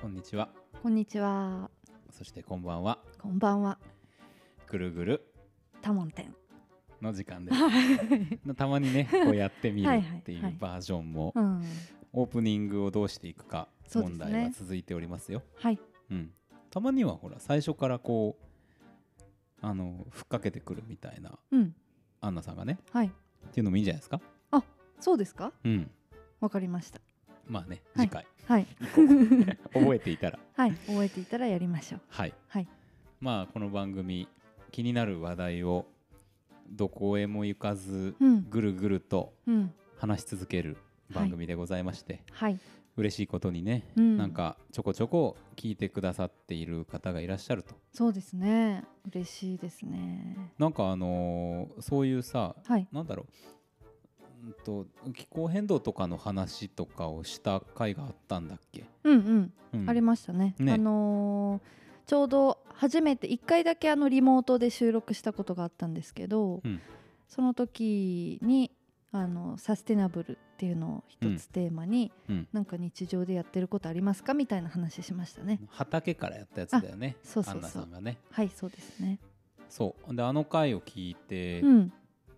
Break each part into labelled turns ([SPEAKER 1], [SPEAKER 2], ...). [SPEAKER 1] こんにちは。
[SPEAKER 2] こんにちは。
[SPEAKER 1] そしてこんばんは。
[SPEAKER 2] こんばんは。
[SPEAKER 1] ぐるぐる
[SPEAKER 2] タモンテン。
[SPEAKER 1] の時間です。
[SPEAKER 2] はい。
[SPEAKER 1] たまにね、 こうやってみる
[SPEAKER 2] はいはい
[SPEAKER 1] ってい
[SPEAKER 2] は
[SPEAKER 1] う
[SPEAKER 2] い
[SPEAKER 1] バージョンも
[SPEAKER 2] う、ん。
[SPEAKER 1] オープニングをどうしていくか
[SPEAKER 2] そうです
[SPEAKER 1] 問
[SPEAKER 2] ね
[SPEAKER 1] 題は続いておりますよ。
[SPEAKER 2] はい。
[SPEAKER 1] うん。たまにはほら、最初からこう、あの、ふっかけてくるみたいな、
[SPEAKER 2] うん。
[SPEAKER 1] アンナさんがね、
[SPEAKER 2] はい。
[SPEAKER 1] っていうのもいいんじゃないですか。
[SPEAKER 2] そうですか。
[SPEAKER 1] うん。
[SPEAKER 2] わかりました。
[SPEAKER 1] まあね、
[SPEAKER 2] は
[SPEAKER 1] 次
[SPEAKER 2] い
[SPEAKER 1] 回、
[SPEAKER 2] はい。
[SPEAKER 1] 覚えていたら。
[SPEAKER 2] はい。覚えていたらやりましょう。
[SPEAKER 1] はい。
[SPEAKER 2] はい。
[SPEAKER 1] まあ、この番組、気になる話題を、どこへも行かず、
[SPEAKER 2] うん。
[SPEAKER 1] ぐるぐると
[SPEAKER 2] うん。
[SPEAKER 1] 話し続ける番組でございまして、
[SPEAKER 2] はい。
[SPEAKER 1] 嬉しいことにね、
[SPEAKER 2] うん
[SPEAKER 1] なんかちょこちょこ聞いてくださっている方がいらっしゃると
[SPEAKER 2] そうですね。嬉しいですね。
[SPEAKER 1] なんかあのーそういうさ
[SPEAKER 2] はい。
[SPEAKER 1] なんだろううんと気候変動とかの話とかをした回があったんだっけ、
[SPEAKER 2] うんうん。
[SPEAKER 1] うん
[SPEAKER 2] ありましたね。
[SPEAKER 1] ね
[SPEAKER 2] あのーちょうど初めて1回だけあのリモートで収録したことがあったんですけど、
[SPEAKER 1] うん
[SPEAKER 2] その時にあのサステナブルっていうのを一つテーマに、
[SPEAKER 1] うん
[SPEAKER 2] なんか日常でやってることありますかみたいな話しましたね。
[SPEAKER 1] 畑からやったやつだよね
[SPEAKER 2] あそうそうそう
[SPEAKER 1] アンナさんがね
[SPEAKER 2] はいそうですね。
[SPEAKER 1] そうであの回を聞いて
[SPEAKER 2] うん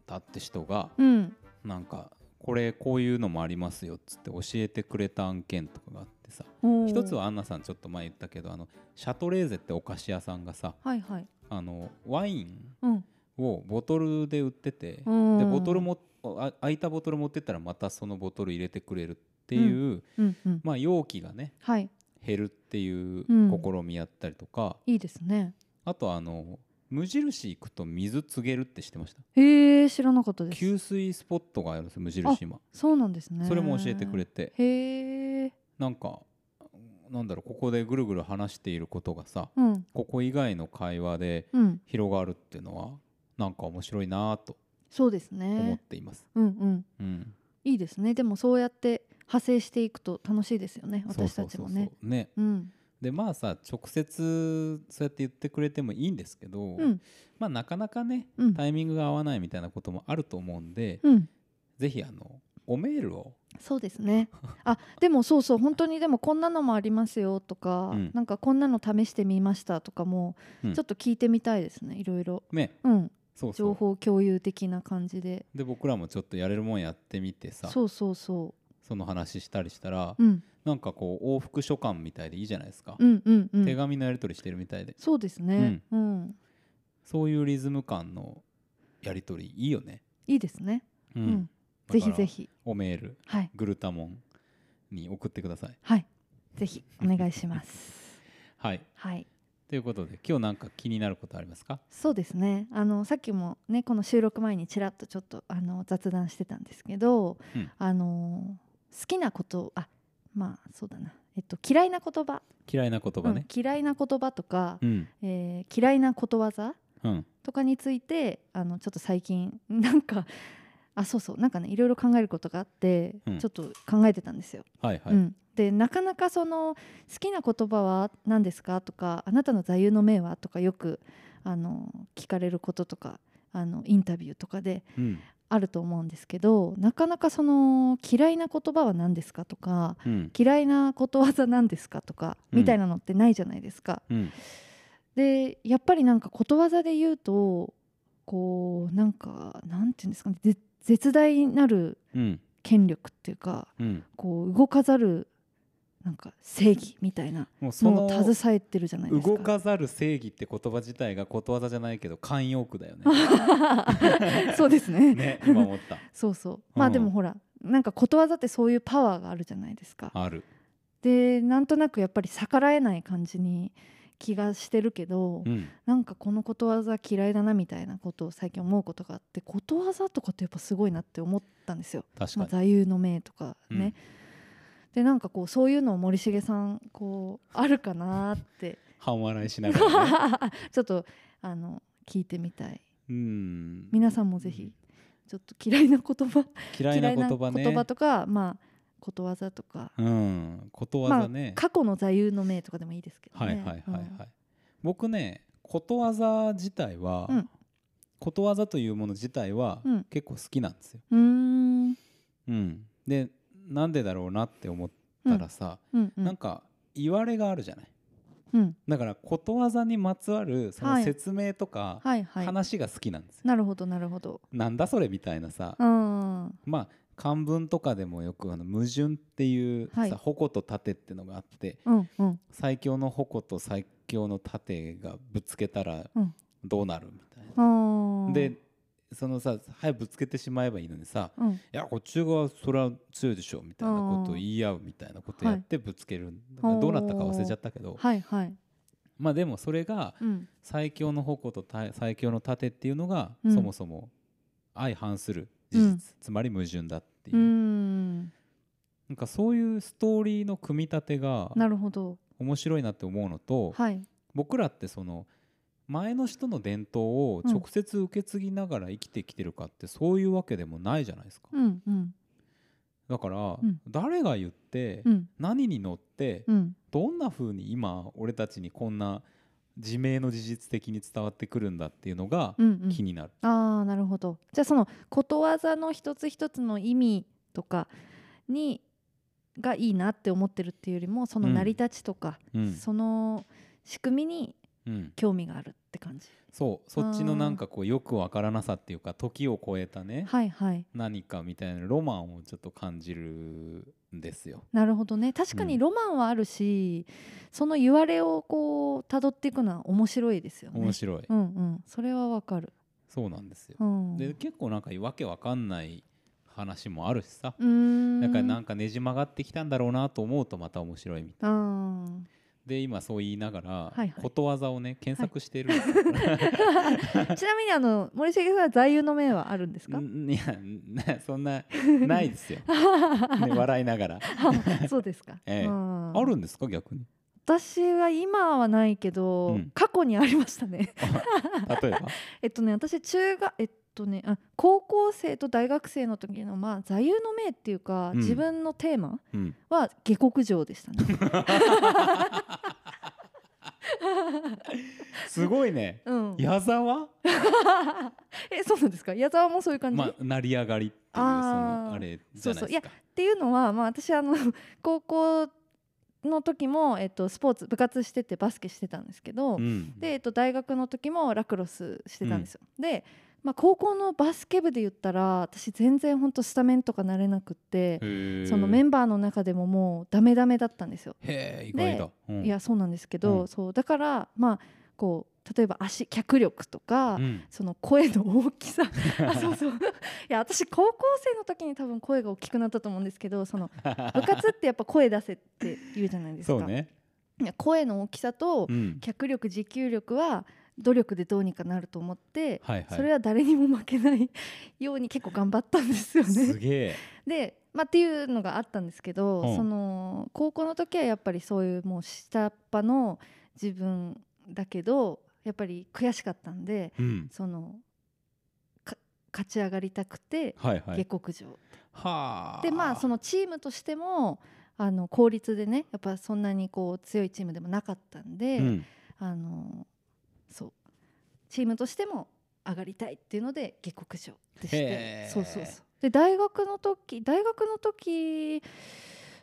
[SPEAKER 1] たって人が、
[SPEAKER 2] うん
[SPEAKER 1] なんかこれこういうのもありますよっつって教えてくれた案件とかがあってさ
[SPEAKER 2] おー
[SPEAKER 1] 一つはアンナさんちょっと前言ったけどあのシャトレーゼってお菓子屋さんがさ
[SPEAKER 2] はいはい。
[SPEAKER 1] あのワイン
[SPEAKER 2] うん
[SPEAKER 1] をボトルで売ってて、
[SPEAKER 2] うん
[SPEAKER 1] でボトルもあ空いたボトル持ってったらまたそのボトル入れてくれるっていう、
[SPEAKER 2] うんうん。
[SPEAKER 1] まあ、容器がね
[SPEAKER 2] はい
[SPEAKER 1] 減るっていう
[SPEAKER 2] うん
[SPEAKER 1] 試みやったりとか、
[SPEAKER 2] いいですね。
[SPEAKER 1] あとあの無印行くと水告げるって知ってました
[SPEAKER 2] へえ知らなかったです。
[SPEAKER 1] 給水スポットがあるんですよ無印今
[SPEAKER 2] そうなんですね。
[SPEAKER 1] それも教えてくれて
[SPEAKER 2] へえ
[SPEAKER 1] なんかなんだろうここでぐるぐる話していることがさ
[SPEAKER 2] うん
[SPEAKER 1] ここ以外の会話で
[SPEAKER 2] うん
[SPEAKER 1] 広がるっていうのはなんか面白いなと
[SPEAKER 2] そうです
[SPEAKER 1] 思っ
[SPEAKER 2] ね。
[SPEAKER 1] ています。
[SPEAKER 2] うんうん。
[SPEAKER 1] うん、
[SPEAKER 2] いいですねでもそうやって派生していくと楽しいですよね私たちも
[SPEAKER 1] そうそう
[SPEAKER 2] ね
[SPEAKER 1] そうそうね
[SPEAKER 2] うん
[SPEAKER 1] でまあさ直接そうやって言ってくれてもいいんですけど、
[SPEAKER 2] うん
[SPEAKER 1] まあ、なかなかね
[SPEAKER 2] うん
[SPEAKER 1] タイミングが合わないみたいなこともあると思うんで、
[SPEAKER 2] うん
[SPEAKER 1] ぜひあのおメールを、
[SPEAKER 2] そうですねあでもそうそう本当にでもこんなのもありますよとか、
[SPEAKER 1] うん
[SPEAKER 2] なんかこんなの試してみましたとかも、
[SPEAKER 1] うん
[SPEAKER 2] ちょっと聞いてみたいですねいろいろ
[SPEAKER 1] ね、
[SPEAKER 2] うん
[SPEAKER 1] そうそ
[SPEAKER 2] 情
[SPEAKER 1] う
[SPEAKER 2] 報共有的な感じで
[SPEAKER 1] で僕らもちょっとやれるもんやってみてさ
[SPEAKER 2] そうそうそ
[SPEAKER 1] その話したりしたら、
[SPEAKER 2] う、うん、
[SPEAKER 1] なんかこう往復書簡みたいでいいじゃないですか、
[SPEAKER 2] うんうんうん
[SPEAKER 1] 手紙のやり取りしてるみたいで
[SPEAKER 2] そうですねうん、
[SPEAKER 1] そういうリズム感のやり取りいいよね。
[SPEAKER 2] いいですね
[SPEAKER 1] う
[SPEAKER 2] うんん、
[SPEAKER 1] だから
[SPEAKER 2] ぜひぜひ
[SPEAKER 1] おメール
[SPEAKER 2] はい
[SPEAKER 1] グルタモンに送ってください。
[SPEAKER 2] はいぜひお願いします
[SPEAKER 1] はい
[SPEAKER 2] はい
[SPEAKER 1] ということで今日なんか気になることありますか
[SPEAKER 2] そうですねあのさっきもねこの収録前にちらっとちょっとあの雑談してたんですけど、
[SPEAKER 1] うん
[SPEAKER 2] あの好きなことあまあそうだな、えっと、嫌いな言葉、
[SPEAKER 1] 嫌いな言葉ね。
[SPEAKER 2] うん嫌いな言葉とか、
[SPEAKER 1] うん
[SPEAKER 2] えー嫌いなことわざ
[SPEAKER 1] うん
[SPEAKER 2] とかについてあのちょっと最近なんかあそうそうなんかねいろいろ考えることがあって、
[SPEAKER 1] うん
[SPEAKER 2] ちょっと考えてたんですよ。
[SPEAKER 1] はいはい。
[SPEAKER 2] うん、でなかなかその好きな言葉は何ですかとかあなたの座右の銘はとかよくあの聞かれることとかあのインタビューとかで
[SPEAKER 1] うん
[SPEAKER 2] あると思うんですけどなかなかその嫌いな言葉は何ですかとか
[SPEAKER 1] うん
[SPEAKER 2] 嫌いなことわざなんですかとか
[SPEAKER 1] うん
[SPEAKER 2] みたいなのってないじゃないですか。
[SPEAKER 1] うん
[SPEAKER 2] でやっぱりなんかことわざで言うとこうなんかなんていうんですかねぜ絶大なる
[SPEAKER 1] うん
[SPEAKER 2] 権力っていうか
[SPEAKER 1] うん
[SPEAKER 2] こう動かざるなんか正義みたいな
[SPEAKER 1] もうそ
[SPEAKER 2] の
[SPEAKER 1] の
[SPEAKER 2] を携えてるじゃないですか。
[SPEAKER 1] 動かざる正義って言葉自体がことわざじゃないけど慣用句だ よね。
[SPEAKER 2] そうですね。
[SPEAKER 1] ね今思った。
[SPEAKER 2] そうそう。まあ
[SPEAKER 1] うん
[SPEAKER 2] でもほら、なんかことわざってそういうパワーがあるじゃないですか。
[SPEAKER 1] ある。
[SPEAKER 2] でなんとなくやっぱり逆らえない感じに気がしてるけど、
[SPEAKER 1] うん
[SPEAKER 2] なんかこのことわざ嫌いだなみたいなことを最近思うことがあってことわざとかってやっぱすごいなって思ったんですよ。
[SPEAKER 1] 確
[SPEAKER 2] ま
[SPEAKER 1] か
[SPEAKER 2] あ、
[SPEAKER 1] に。
[SPEAKER 2] 座右の銘とかね。
[SPEAKER 1] うん
[SPEAKER 2] でなんかこうそういうのを森重さんこうあるかなって
[SPEAKER 1] 半笑いしながらね。
[SPEAKER 2] ちょっとあの聞いてみたい
[SPEAKER 1] うん
[SPEAKER 2] 皆さんもぜひちょっと嫌いな言葉
[SPEAKER 1] 嫌いな言葉ね。
[SPEAKER 2] 嫌いな言葉とかまあことわざとか、
[SPEAKER 1] うんことわ
[SPEAKER 2] ま
[SPEAKER 1] ざ
[SPEAKER 2] あ
[SPEAKER 1] ね。
[SPEAKER 2] 過去の座右の銘とかでもいいですけどね
[SPEAKER 1] はいはいはいはい。
[SPEAKER 2] うん
[SPEAKER 1] 僕ねことわざ自体は、
[SPEAKER 2] うん
[SPEAKER 1] ことわざというもの自体は、
[SPEAKER 2] うん
[SPEAKER 1] 結構好きなんですよ。
[SPEAKER 2] うーん
[SPEAKER 1] うん、でなんでだろうなって思ったらさ、
[SPEAKER 2] うんうん
[SPEAKER 1] なんか言われがあるじゃない
[SPEAKER 2] うん、
[SPEAKER 1] だからことわざにまつわるそ
[SPEAKER 2] は
[SPEAKER 1] の
[SPEAKER 2] い
[SPEAKER 1] 説明とか
[SPEAKER 2] はいはい。
[SPEAKER 1] 話が好きなんですよ、
[SPEAKER 2] なるほどなるほど。
[SPEAKER 1] なんだそれみたいなさ、
[SPEAKER 2] うん、は
[SPEAKER 1] まあ漢文とかでもよくあの矛盾っていうさ、
[SPEAKER 2] はい
[SPEAKER 1] 矛と盾ってのがあって
[SPEAKER 2] うんうん
[SPEAKER 1] 最強の矛と最強の盾がぶつけたら
[SPEAKER 2] うん
[SPEAKER 1] どうなるみたいな。
[SPEAKER 2] あー
[SPEAKER 1] で、そのさ早くぶつけてしまえばいいのにさ
[SPEAKER 2] う
[SPEAKER 1] 「
[SPEAKER 2] ん、
[SPEAKER 1] いやこっち側それは強いでしょ」みたいなことを
[SPEAKER 2] あー
[SPEAKER 1] 言い合うみたいなことやってぶつける、だから
[SPEAKER 2] ほう
[SPEAKER 1] どうなったか忘れちゃったけど
[SPEAKER 2] はいはい。
[SPEAKER 1] まあでもそれが
[SPEAKER 2] うん、
[SPEAKER 1] 最強の矛とた最強の盾っていうのが、
[SPEAKER 2] うん
[SPEAKER 1] そもそも相反する事実、
[SPEAKER 2] うん
[SPEAKER 1] つまり矛盾だっていうう、
[SPEAKER 2] ん、
[SPEAKER 1] なんかそういうストーリーの組み立てが
[SPEAKER 2] なるほど。
[SPEAKER 1] 面白いなって思うのと、
[SPEAKER 2] はい。
[SPEAKER 1] 僕らってその前の人の伝統を直接受け継ぎながら生きてきてるかってそういうわけでもないじゃないですか、
[SPEAKER 2] うんうん
[SPEAKER 1] だから、
[SPEAKER 2] ん
[SPEAKER 1] 誰が言って、
[SPEAKER 2] うん
[SPEAKER 1] 何に乗って、
[SPEAKER 2] うん
[SPEAKER 1] どんな風に今俺たちにこんな自明の事実的に伝わってくるんだっていうのが
[SPEAKER 2] うんうん。
[SPEAKER 1] 気になる、
[SPEAKER 2] ああなるほどじゃあそのことわざの一つ一つの意味とかにがいいなって思ってるっていうよりもその
[SPEAKER 1] うん
[SPEAKER 2] 成り立ちとか、
[SPEAKER 1] うん
[SPEAKER 2] その仕組みに
[SPEAKER 1] うん、
[SPEAKER 2] 興味があるって感じ
[SPEAKER 1] そうそっちのなんかこうよくわからなさっていうか時を超えたね、
[SPEAKER 2] はいはい
[SPEAKER 1] 何かみたいなロマンをちょっと感じるんですよ。
[SPEAKER 2] なるほどね確か
[SPEAKER 1] う
[SPEAKER 2] に
[SPEAKER 1] ん
[SPEAKER 2] ロマンはあるし、その言われをこう辿っていくのは面白いですよね
[SPEAKER 1] 面白い、
[SPEAKER 2] うんうんそれはわかる
[SPEAKER 1] そうなんですよ。
[SPEAKER 2] うん
[SPEAKER 1] で結構なんかわけわかんない話もあるしさ、
[SPEAKER 2] うーん
[SPEAKER 1] なんかなんかねじ曲がってきたんだろうなと思うとまた面白いみたい
[SPEAKER 2] あー
[SPEAKER 1] で今そう言いながら、
[SPEAKER 2] いはい
[SPEAKER 1] ことわざをね検索して るんですよ。
[SPEAKER 2] ちなみにあの森重さんは座右の銘はあるんですか
[SPEAKER 1] んいやなそんな ないですよ、ね、笑いながら。
[SPEAKER 2] あ そうですか。
[SPEAKER 1] ええ
[SPEAKER 2] うん
[SPEAKER 1] あるんですか逆に
[SPEAKER 2] 私は今はないけど、
[SPEAKER 1] うん
[SPEAKER 2] 過去にありましたね。
[SPEAKER 1] 例えば
[SPEAKER 2] えっとね、私中学えっとね、あ高校生と大学生の時のまあ座右の銘っていうか、
[SPEAKER 1] うん
[SPEAKER 2] 自分のテーマ
[SPEAKER 1] うん
[SPEAKER 2] は下克上でし たね。
[SPEAKER 1] すごいね
[SPEAKER 2] うん。
[SPEAKER 1] 矢沢
[SPEAKER 2] え、そうなんですか。矢沢もそういう感じ。
[SPEAKER 1] まあ成り上がりっていうそ
[SPEAKER 2] あー
[SPEAKER 1] のあれじゃない
[SPEAKER 2] そうそう
[SPEAKER 1] で
[SPEAKER 2] い
[SPEAKER 1] す
[SPEAKER 2] や
[SPEAKER 1] か。
[SPEAKER 2] っていうのは、まあ、私あの高校の時も、えっと、スポーツ部活しててバスケしてたんですけど、
[SPEAKER 1] うん
[SPEAKER 2] で、えっと、大学の時もラクロスしてたんですよ、で、まあ、高校のバスケ部で言ったら私全然ほんとスタメンとかなれなくってそのメ
[SPEAKER 1] ン
[SPEAKER 2] ンバーの中でももうダメダメだったんですよ、
[SPEAKER 1] へえ意外だ。うん
[SPEAKER 2] いやそうなんですけど、
[SPEAKER 1] うん
[SPEAKER 2] そうだからまあこう例えば足脚力とか、
[SPEAKER 1] うん
[SPEAKER 2] その声の大 きさあそうそういや私高校生の時に多分声が大きくなったと思うんですけどその部活ってやっぱ声出せって言うじゃないです
[SPEAKER 1] そ
[SPEAKER 2] か
[SPEAKER 1] うね。
[SPEAKER 2] いや声の大きさと、
[SPEAKER 1] うん。
[SPEAKER 2] 脚力持久力は努力でどうにかなると思って、
[SPEAKER 1] はいはい。
[SPEAKER 2] それは誰にも負けない ように結構頑張ったんですよ
[SPEAKER 1] す
[SPEAKER 2] ね。
[SPEAKER 1] げえ。
[SPEAKER 2] で、まあ、っていうのがあったんですけど、
[SPEAKER 1] うん
[SPEAKER 2] その高校の時はやっぱりそういうもう下っ端の自分だけどやっぱり悔しかったんで
[SPEAKER 1] うん。
[SPEAKER 2] そのか勝ち上がりたくて
[SPEAKER 1] はいは
[SPEAKER 2] 下
[SPEAKER 1] い。
[SPEAKER 2] 克上、
[SPEAKER 1] はあ。
[SPEAKER 2] でまあそのチームとしてもあの効率でねやっぱそんなにこう強いチームでもなかったんで。
[SPEAKER 1] うん
[SPEAKER 2] あのそうチームとしても上がりたいっていうので下克上でし
[SPEAKER 1] へ
[SPEAKER 2] て
[SPEAKER 1] ー
[SPEAKER 2] そうそうそうで大学の時大学の時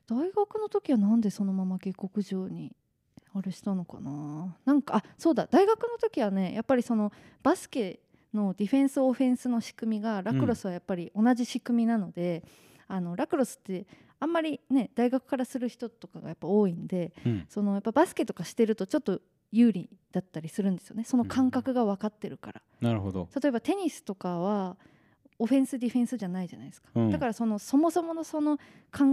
[SPEAKER 2] 大学の時はなんでそのまま下克上にあれしたのかななんかあそうだ大学の時はねやっぱりそのバスケのディフェンスオフェンスの仕組みがラクロスはやっぱり同じ仕組みなので、あのラクロスってあんまりね大学からする人とかがやっぱ多いんで、
[SPEAKER 1] うん
[SPEAKER 2] そのやっぱバスケとかしてるとちょっと有利だったりするんですよねその感覚が分かってるから、
[SPEAKER 1] なるほど。
[SPEAKER 2] 例えばテニスとかはオフェンスディフェンスじゃないじゃないですか、
[SPEAKER 1] うん
[SPEAKER 2] だからそのそもそものその考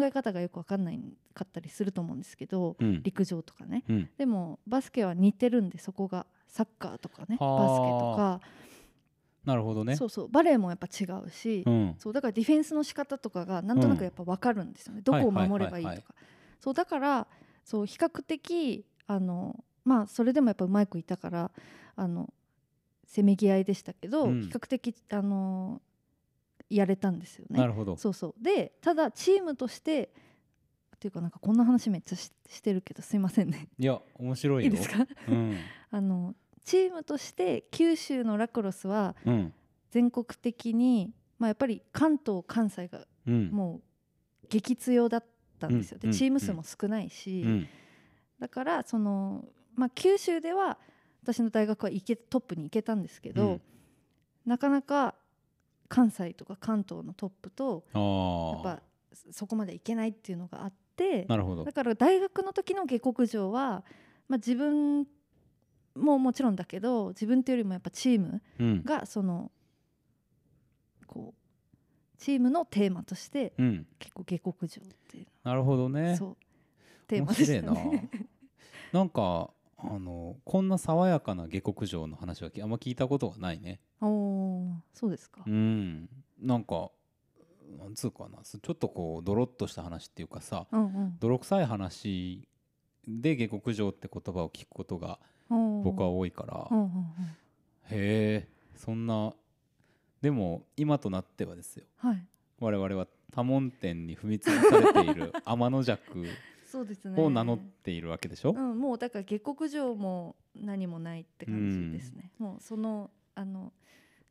[SPEAKER 2] え方がよく分かんないかったりすると思うんですけど
[SPEAKER 1] うん。
[SPEAKER 2] 陸上とかね
[SPEAKER 1] うん。
[SPEAKER 2] でもバスケは似てるんでそこがサッカーとかねバスケ
[SPEAKER 1] はあ
[SPEAKER 2] とか、
[SPEAKER 1] なるほどね。
[SPEAKER 2] そうそうバレーもやっぱ違うし、
[SPEAKER 1] うん。
[SPEAKER 2] そうだからディフェンスの仕方とかがなんとなくやっぱ分かるんですよね、どこを守れば
[SPEAKER 1] はい
[SPEAKER 2] いいとか、
[SPEAKER 1] はいはい
[SPEAKER 2] そうだからそう比較的あのまあそれでもやっぱうまくいったからあのせめぎ合いでしたけど、
[SPEAKER 1] うん
[SPEAKER 2] 比較的あのやれたんですよね。
[SPEAKER 1] なるほど。
[SPEAKER 2] そうそうでただチームとしてっていうかなんかこんな話めっちゃししてるけどすいませんね
[SPEAKER 1] いや面白い
[SPEAKER 2] いい
[SPEAKER 1] よ。
[SPEAKER 2] ですか
[SPEAKER 1] うん。
[SPEAKER 2] あのチームとして九州のラクロスは
[SPEAKER 1] うん。
[SPEAKER 2] 全国的に、まあ、やっぱり関東関西が
[SPEAKER 1] うん。
[SPEAKER 2] もう激強だったんですよ、
[SPEAKER 1] うん
[SPEAKER 2] でチーム数も少ないし、
[SPEAKER 1] うん。
[SPEAKER 2] だからその、まあ、九州では私の大学は行けトップに行けたんですけど、
[SPEAKER 1] うん
[SPEAKER 2] なかなか関西とか関東のトップとやっ
[SPEAKER 1] あ
[SPEAKER 2] ぱそこまで行けないっていうのがあって
[SPEAKER 1] あなるほど
[SPEAKER 2] だから大学の時の下克上は、まあ、自分ももちろんだけど自分というよりもやっぱチーム
[SPEAKER 1] うん
[SPEAKER 2] がそのこうチームのテーマとして
[SPEAKER 1] うん
[SPEAKER 2] 結構下克上っていう
[SPEAKER 1] なるほどね
[SPEAKER 2] そうテー
[SPEAKER 1] 面
[SPEAKER 2] マで
[SPEAKER 1] 白
[SPEAKER 2] し
[SPEAKER 1] い
[SPEAKER 2] た
[SPEAKER 1] な
[SPEAKER 2] ね。
[SPEAKER 1] なんかあのこんな爽やかな下克上の話はあんま聞いたことがないね
[SPEAKER 2] おおーそうですか。
[SPEAKER 1] うんなんかなんつうかなすちょっとこうドロッとした話っていうかさ
[SPEAKER 2] うん
[SPEAKER 1] 泥臭い話で下克上って言葉を聞くことが
[SPEAKER 2] うん、
[SPEAKER 1] 僕は
[SPEAKER 2] おー
[SPEAKER 1] 多いから、
[SPEAKER 2] うんうんうん
[SPEAKER 1] へえそんなでも今となってはですよ
[SPEAKER 2] はい
[SPEAKER 1] 我々は多聞天に踏みつぶされている 天の弱
[SPEAKER 2] そうですね。
[SPEAKER 1] を名乗っているわけでしょ、
[SPEAKER 2] うん、もうだから下克上も何もないって感じですね。もうそのあの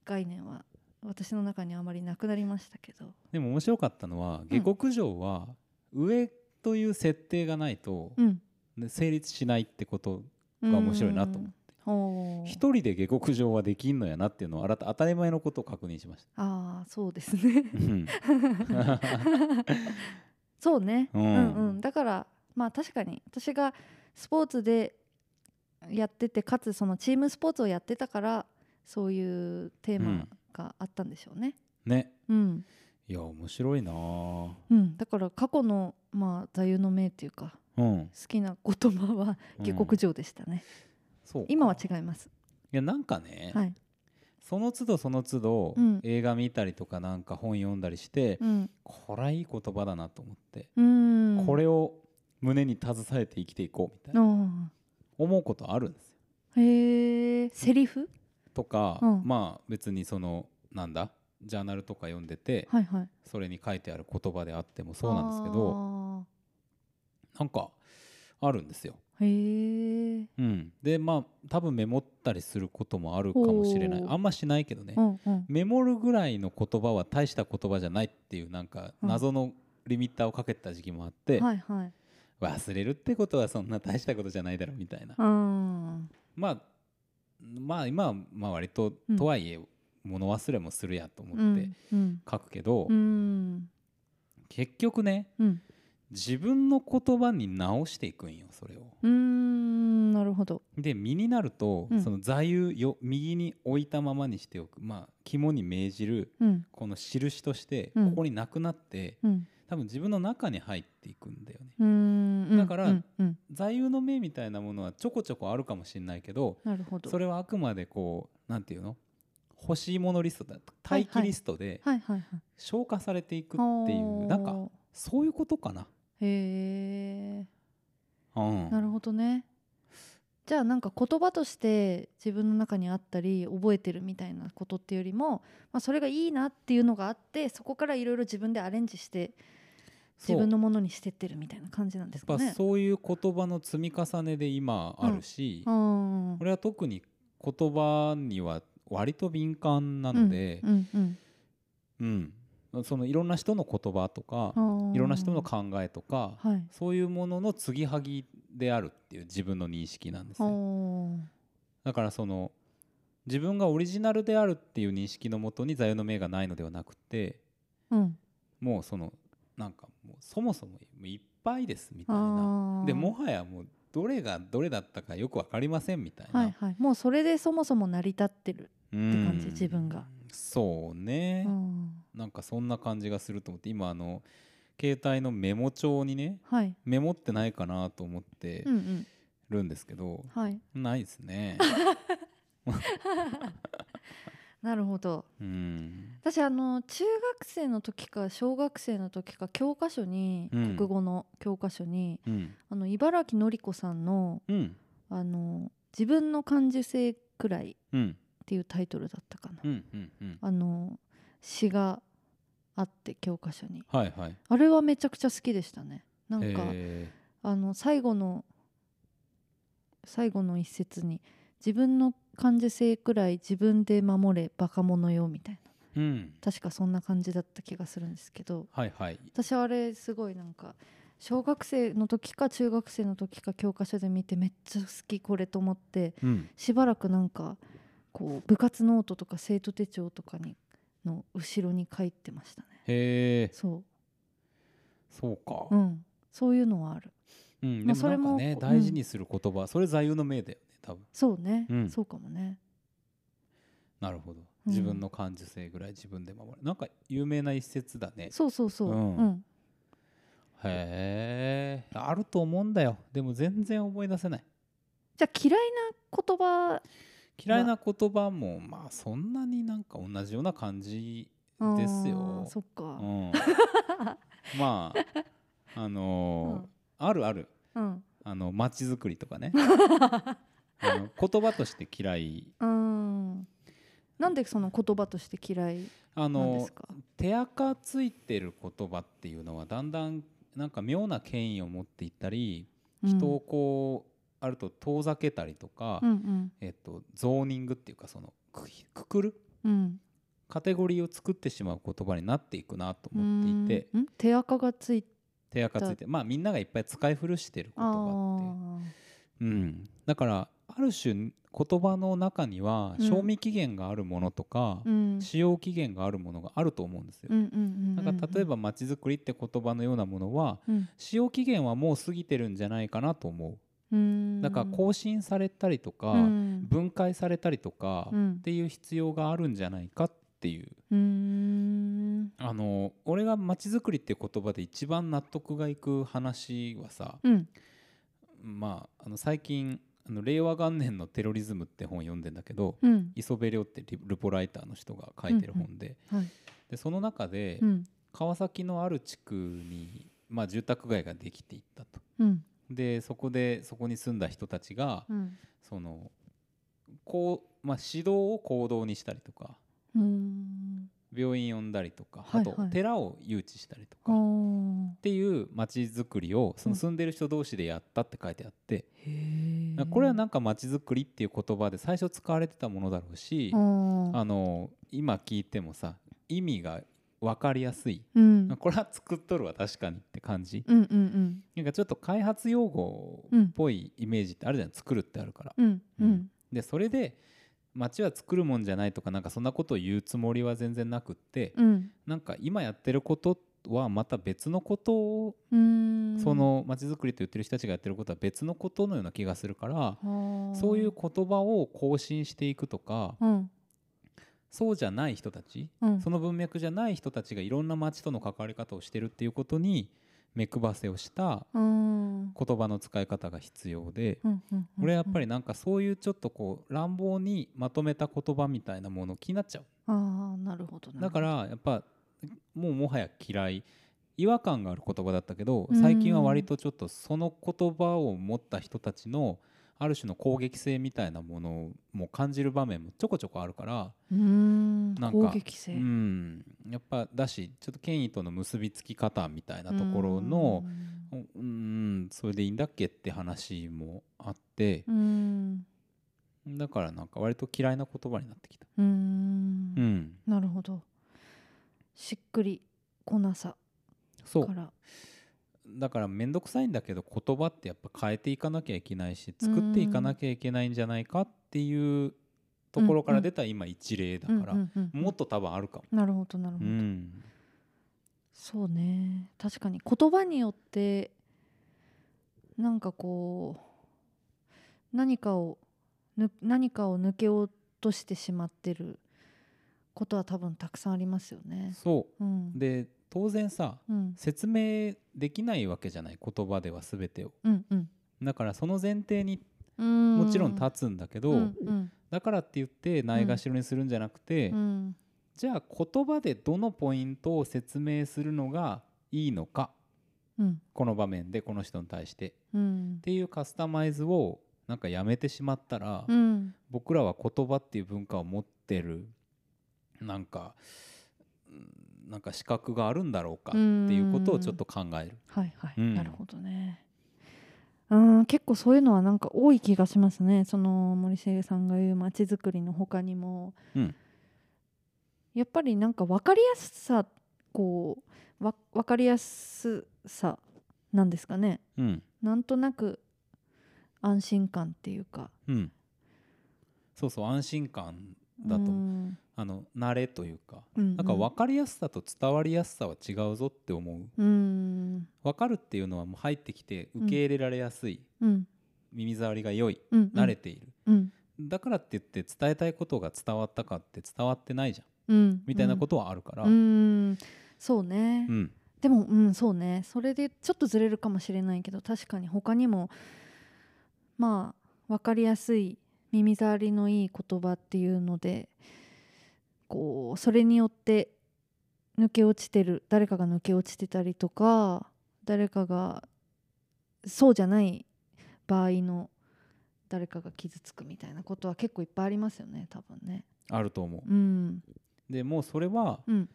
[SPEAKER 2] 概念は私の中にあまりなくなりましたけど。
[SPEAKER 1] でも面白かったのは
[SPEAKER 2] うん
[SPEAKER 1] 下克上は上という設定がないと
[SPEAKER 2] うん。
[SPEAKER 1] ね成立しないってことが面白いなと思って
[SPEAKER 2] 思
[SPEAKER 1] 一人で下克上はできんのやなっていうのを新た当たり前のことを確認しまし
[SPEAKER 2] ああ、そうですね。
[SPEAKER 1] た。う ん
[SPEAKER 2] そうね、
[SPEAKER 1] う
[SPEAKER 2] うんん、うんだからまあ確かに私がスポーツでやっててかつそのチームスポーツをやってたからそういうテーマがあったんでしょうね。
[SPEAKER 1] ね
[SPEAKER 2] うん、
[SPEAKER 1] いや面白いなあ
[SPEAKER 2] うんだから過去のまあ座右の銘っていうか
[SPEAKER 1] うん
[SPEAKER 2] 好きな言葉は
[SPEAKER 1] うん
[SPEAKER 2] 下克上でしたね。
[SPEAKER 1] そう
[SPEAKER 2] 今はい違います。
[SPEAKER 1] やなんかね、
[SPEAKER 2] はい。
[SPEAKER 1] その都度その都度、
[SPEAKER 2] うん
[SPEAKER 1] 映画見たりとかなんか本読んだりして、
[SPEAKER 2] うん。
[SPEAKER 1] これはいい言葉だなと思って、
[SPEAKER 2] うん。
[SPEAKER 1] これを胸に携えて生きていこうみたいな
[SPEAKER 2] あ
[SPEAKER 1] 思うことあるんですよ。
[SPEAKER 2] あ。へえ。セリフ？
[SPEAKER 1] とか、
[SPEAKER 2] うん
[SPEAKER 1] まあ別にそのなんだジャーナルとか読んでて、
[SPEAKER 2] はいはい。
[SPEAKER 1] それに書いてある言葉であってもそうなんですけど。
[SPEAKER 2] ど。
[SPEAKER 1] なんかあるんですよ。
[SPEAKER 2] へえ。
[SPEAKER 1] うん、でまあ多分メモったりすることもあるかもしれない
[SPEAKER 2] ほう
[SPEAKER 1] あんましないけどね、
[SPEAKER 2] うんうん。
[SPEAKER 1] メモるぐらいの言葉は大した言葉じゃないっていうなんか
[SPEAKER 2] うん
[SPEAKER 1] 謎のリミッターをかけてた時期もあって、
[SPEAKER 2] はいはい。
[SPEAKER 1] 忘れるってことはそんな大したことじゃないだろうみたいな、
[SPEAKER 2] うん。
[SPEAKER 1] まあまあ今はまあ割と、
[SPEAKER 2] うん
[SPEAKER 1] とはいえ物忘れもするやと
[SPEAKER 2] う
[SPEAKER 1] 思って
[SPEAKER 2] ん。うん。
[SPEAKER 1] 書くけど、
[SPEAKER 2] うん。
[SPEAKER 1] 結局ね
[SPEAKER 2] うん。
[SPEAKER 1] 自分の言葉に直していくんよそれを。
[SPEAKER 2] うーん。なるほど。
[SPEAKER 1] で身になると、
[SPEAKER 2] うん
[SPEAKER 1] その座右よ右に置いたままにしておく、まあ、肝に銘じる
[SPEAKER 2] うん。
[SPEAKER 1] この印として
[SPEAKER 2] うん
[SPEAKER 1] ここになくなって、
[SPEAKER 2] うん。
[SPEAKER 1] 多分自分の中に入っていくんだよね
[SPEAKER 2] うーん。
[SPEAKER 1] だから
[SPEAKER 2] うん。うん
[SPEAKER 1] 座右の銘みたいなものはちょこちょこあるかもしれないけど
[SPEAKER 2] なるほど。
[SPEAKER 1] そ
[SPEAKER 2] れ。
[SPEAKER 1] れはあくまでこうなんていうの欲しいものリストだ待機リストで
[SPEAKER 2] はいはいはい。
[SPEAKER 1] 消化されていくっていう、なんか
[SPEAKER 2] は
[SPEAKER 1] そういうことかな。
[SPEAKER 2] あ。へえ。
[SPEAKER 1] うん、
[SPEAKER 2] なるほどね。じゃあなんか言葉として自分の中にあったり覚えてるみたいなことっていうよりも、まあ、それがいいなっていうのがあってそこからいろいろ自分でアレンジして
[SPEAKER 1] そう
[SPEAKER 2] 自分のものにしてってるみたいな感じなんで
[SPEAKER 1] や
[SPEAKER 2] す
[SPEAKER 1] っ
[SPEAKER 2] か
[SPEAKER 1] ぱ
[SPEAKER 2] ね。
[SPEAKER 1] そういう言葉の積み重ねで今あるし、
[SPEAKER 2] うん
[SPEAKER 1] 俺は特に言葉には割と敏感なので
[SPEAKER 2] う、んうん
[SPEAKER 1] うんそのいろんな人の言葉とか
[SPEAKER 2] う、ん、
[SPEAKER 1] いろんな人の考えとか、
[SPEAKER 2] あーはい
[SPEAKER 1] そういうものの継ぎはぎであるっていう自分の認識なんです
[SPEAKER 2] あ
[SPEAKER 1] よ
[SPEAKER 2] ー
[SPEAKER 1] だからその自分がオリジナルであるっていう認識のもとに座右の銘がないのではなくて
[SPEAKER 2] うん
[SPEAKER 1] もうそのなんかもうそもそもいっぱいですみたいな
[SPEAKER 2] あー
[SPEAKER 1] でもはやもうどれがどれだったかよく分かりませんみたいな、
[SPEAKER 2] はいはいもうそれでそもそも成り立ってる
[SPEAKER 1] うん
[SPEAKER 2] 感じ自分が
[SPEAKER 1] そうね、
[SPEAKER 2] うん
[SPEAKER 1] なんかそんな感じがすると思って今あの携帯のメモ帳にね
[SPEAKER 2] はい
[SPEAKER 1] メモってないかなと思って
[SPEAKER 2] うんうん
[SPEAKER 1] るんですけど、
[SPEAKER 2] はい
[SPEAKER 1] ないですね
[SPEAKER 2] なるほど
[SPEAKER 1] うん
[SPEAKER 2] 私あの中学生の時か小学生の時か教科書に、
[SPEAKER 1] うん
[SPEAKER 2] 国語の教科書に
[SPEAKER 1] うん
[SPEAKER 2] あの茨城のり子さんの
[SPEAKER 1] うん
[SPEAKER 2] あの「自分の感受性くらい」っ
[SPEAKER 1] うん
[SPEAKER 2] ていうタイトルだったかな、
[SPEAKER 1] うんうんうん
[SPEAKER 2] あの詩があって教科書に
[SPEAKER 1] はいはい
[SPEAKER 2] あれはめちゃくちゃ好きでしたねなんか、
[SPEAKER 1] え
[SPEAKER 2] あの最後の最後の一節に「自分の感受性くらい自分で守れバカ者よ」みたいな
[SPEAKER 1] ーうん
[SPEAKER 2] 確かそんな感じだった気がするんですけど
[SPEAKER 1] はいはい
[SPEAKER 2] 私はあれすごいなんか小学生の時か中学生の時か教科書で見てめっちゃ好きこれと思って
[SPEAKER 1] うん
[SPEAKER 2] しばらくなんかこう部活ノートとか生徒手帳とかにの後ろに書いてましたね
[SPEAKER 1] へえ
[SPEAKER 2] そ
[SPEAKER 1] そうか
[SPEAKER 2] う、うん、そういうのはある
[SPEAKER 1] うん、でもな
[SPEAKER 2] まあ
[SPEAKER 1] んか
[SPEAKER 2] それ
[SPEAKER 1] ね
[SPEAKER 2] も
[SPEAKER 1] 大事にする言葉、それ座右の銘だよね多分
[SPEAKER 2] そうね、
[SPEAKER 1] うん
[SPEAKER 2] そうかもね
[SPEAKER 1] なるほど自分の感受性ぐらい自分で守る、なんか有名な一節だね
[SPEAKER 2] そうそうそう
[SPEAKER 1] う
[SPEAKER 2] うんん、
[SPEAKER 1] へえあると思うんだよでも全然思い出せない
[SPEAKER 2] じゃあ嫌いな言葉
[SPEAKER 1] 嫌いな言葉もまあそんなになんか同じような感じですよ
[SPEAKER 2] あーそっ
[SPEAKER 1] う
[SPEAKER 2] か、
[SPEAKER 1] ん まああのーあるある
[SPEAKER 2] うん
[SPEAKER 1] あの街づくりとかね あの言葉として嫌い
[SPEAKER 2] うんなんでその言葉として嫌い
[SPEAKER 1] あ
[SPEAKER 2] なんで
[SPEAKER 1] の
[SPEAKER 2] すか
[SPEAKER 1] 手垢ついてる言葉っていうのはだんだんなんか妙な権威を持っていったり人をこう、あると遠ざけたりとか、
[SPEAKER 2] うんうん
[SPEAKER 1] えっと、ゾーニングっていうかそのくくくる
[SPEAKER 2] うん
[SPEAKER 1] カテゴリーを作ってしまう言葉になっていくなと
[SPEAKER 2] う
[SPEAKER 1] 思っていて
[SPEAKER 2] んん手垢がついて
[SPEAKER 1] 手垢ついてまあみんながいっぱい使い古してる言葉っていう、うん、だからある種言葉の中には
[SPEAKER 2] うん
[SPEAKER 1] 賞味期限があるものとか、
[SPEAKER 2] うん
[SPEAKER 1] 使用期限があるものがあると思うんですよ。
[SPEAKER 2] うんうんうんうん
[SPEAKER 1] なんか例えば「まちづくり」って言葉のようなものは
[SPEAKER 2] うん
[SPEAKER 1] 使用期限はもう過ぎてるんじゃないかなと思
[SPEAKER 2] う
[SPEAKER 1] うんだから更新されたりとか、
[SPEAKER 2] うん
[SPEAKER 1] 分解されたりとか
[SPEAKER 2] うん
[SPEAKER 1] っていう必要があるんじゃないかっていう
[SPEAKER 2] うん
[SPEAKER 1] あの俺が「まちづくり」って言葉で一番納得がいく話はさ、
[SPEAKER 2] うん
[SPEAKER 1] まああの最近あの「令和元年のテロリズム」って本読んでんだけど、
[SPEAKER 2] うん
[SPEAKER 1] 磯部亮ってリルポライターの人が書いてる本で,、
[SPEAKER 2] はい
[SPEAKER 1] でその中で、
[SPEAKER 2] うん
[SPEAKER 1] 川崎のある地区に、まあ、住宅街ができていったと。
[SPEAKER 2] うん
[SPEAKER 1] でそこでそこに住んだ人たちが、
[SPEAKER 2] うん
[SPEAKER 1] そのこう、まあ、指導を行動にしたりとか
[SPEAKER 2] うん
[SPEAKER 1] 病院呼んだりとか、
[SPEAKER 2] はい
[SPEAKER 1] あと
[SPEAKER 2] はい
[SPEAKER 1] 寺を誘致したりと
[SPEAKER 2] あ
[SPEAKER 1] か、っ
[SPEAKER 2] ー
[SPEAKER 1] ていう街づくりをその
[SPEAKER 2] うん
[SPEAKER 1] 住んでる人同士でやったって書いてあって、
[SPEAKER 2] へー
[SPEAKER 1] これはなんか街づくりっていう言葉で最初使われてたものだろうし、
[SPEAKER 2] あー
[SPEAKER 1] あの今聞いてもさ意味が分かりやすい、
[SPEAKER 2] うん
[SPEAKER 1] これは作っとるわ確かにって感じ、
[SPEAKER 2] うんうん
[SPEAKER 1] なんかちょっと開発用語っぽいイメージってあるじゃん、作るってあるから。
[SPEAKER 2] うんうんうん
[SPEAKER 1] でそれで町は作るもんじゃないとかなんかそんなことを言うつもりは全然なくって、
[SPEAKER 2] うん
[SPEAKER 1] なんか今やってることはまた別のことを、
[SPEAKER 2] うん
[SPEAKER 1] その町づくりと言ってる人たちがやってることは別のことのような気がするから、そういう言葉を更新していくとか、
[SPEAKER 2] うん
[SPEAKER 1] そうじゃない人たち、
[SPEAKER 2] うん
[SPEAKER 1] その文脈じゃない人たちがいろんな町との関わり方をしてるっていうことに目配せをした
[SPEAKER 2] うん
[SPEAKER 1] 言葉の使い方が必要で。
[SPEAKER 2] うんうんうん
[SPEAKER 1] 俺はやっぱりなんかそういうちょっとこう乱暴にまとめた言葉みたいなもの気になっちゃう
[SPEAKER 2] ああなるほど
[SPEAKER 1] だ
[SPEAKER 2] なるほど
[SPEAKER 1] からやっぱもうもはや嫌い違和感がある言葉だったけど
[SPEAKER 2] うん
[SPEAKER 1] 最近は割とちょっとその言葉を持った人たちのある種の攻撃性みたいなものも感じる場面もちょこちょこあるから
[SPEAKER 2] うーん
[SPEAKER 1] なんか
[SPEAKER 2] 攻撃性
[SPEAKER 1] うんやっぱだしちょっと権威との結びつき方みたいなところのうんうんそれでいいんだっけって話もあって
[SPEAKER 2] うーん
[SPEAKER 1] だからなんか割と嫌いな言葉になってきた。
[SPEAKER 2] うーん
[SPEAKER 1] うん、
[SPEAKER 2] なるほどしっくりこなさ
[SPEAKER 1] そ
[SPEAKER 2] か
[SPEAKER 1] う
[SPEAKER 2] ら
[SPEAKER 1] だから面倒くさいんだけど言葉ってやっぱ変えていかなきゃいけないし作っていかなきゃいけないんじゃないかっていうところから出た今一例だから、
[SPEAKER 2] うんうんうんうん
[SPEAKER 1] もっと多分あるかも。
[SPEAKER 2] なるほどなるほ
[SPEAKER 1] う
[SPEAKER 2] ど、
[SPEAKER 1] ん
[SPEAKER 2] そうね確かに言葉によってなんかこう何かをぬ何かを抜け落としてしまってることは多分たくさんありますよね。
[SPEAKER 1] そ
[SPEAKER 2] うん
[SPEAKER 1] う、で当然さ
[SPEAKER 2] うん
[SPEAKER 1] 説明できないわけじゃない言葉では全てを
[SPEAKER 2] うんうん
[SPEAKER 1] だからその前提に
[SPEAKER 2] うん
[SPEAKER 1] もちろん立つんだけど、
[SPEAKER 2] うんうん
[SPEAKER 1] だからって言ってないがしろにするんじゃなくて、
[SPEAKER 2] うん
[SPEAKER 1] じゃあ言葉でどのポイントを説明するのがいいのか
[SPEAKER 2] うん
[SPEAKER 1] この場面でこの人に対して
[SPEAKER 2] うん
[SPEAKER 1] っていうカスタマイズをなんかやめてしまったら、
[SPEAKER 2] うん
[SPEAKER 1] 僕らは言葉っていう文化を持ってるなんかうんなんか資格があるんだろうかっていうことをちょっと考える。
[SPEAKER 2] はいはい、
[SPEAKER 1] うん
[SPEAKER 2] なるほどねうん結構そういうのはなんか多い気がしますねその森重さんが言うまちづくりの他にも、
[SPEAKER 1] うん
[SPEAKER 2] やっぱりなんか分かりやすさこうわ分かりやすさなんですかね
[SPEAKER 1] うん
[SPEAKER 2] なんとなく安心感っていうか
[SPEAKER 1] うんそうそう安心感だと、
[SPEAKER 2] うん
[SPEAKER 1] あの慣れというか、
[SPEAKER 2] うんうん
[SPEAKER 1] なんか分かりやすさと伝わりやすさは違うぞって思う
[SPEAKER 2] うん
[SPEAKER 1] 分かるっていうのはもう入ってきて受け入れられやすい、
[SPEAKER 2] うん
[SPEAKER 1] 耳障りが良い
[SPEAKER 2] うん
[SPEAKER 1] 慣れている、
[SPEAKER 2] うん
[SPEAKER 1] だからって言って伝えたいことが伝わったかって伝わってないじゃん
[SPEAKER 2] うん
[SPEAKER 1] みたいなこととはあるから、
[SPEAKER 2] うんそうね
[SPEAKER 1] うん
[SPEAKER 2] でもうんそうねそれでちょっとずれるかもしれないけど確かに他にもまあ分かりやすい耳障りのいい言葉っていうのでこうそれによって抜け落ちてる誰かが抜け落ちてたりとか誰かがそうじゃない場合の誰かが傷つくみたいなことは結構いっぱいありますよね多分ね。
[SPEAKER 1] あると思う、
[SPEAKER 2] うん、
[SPEAKER 1] でもうそれは
[SPEAKER 2] うん、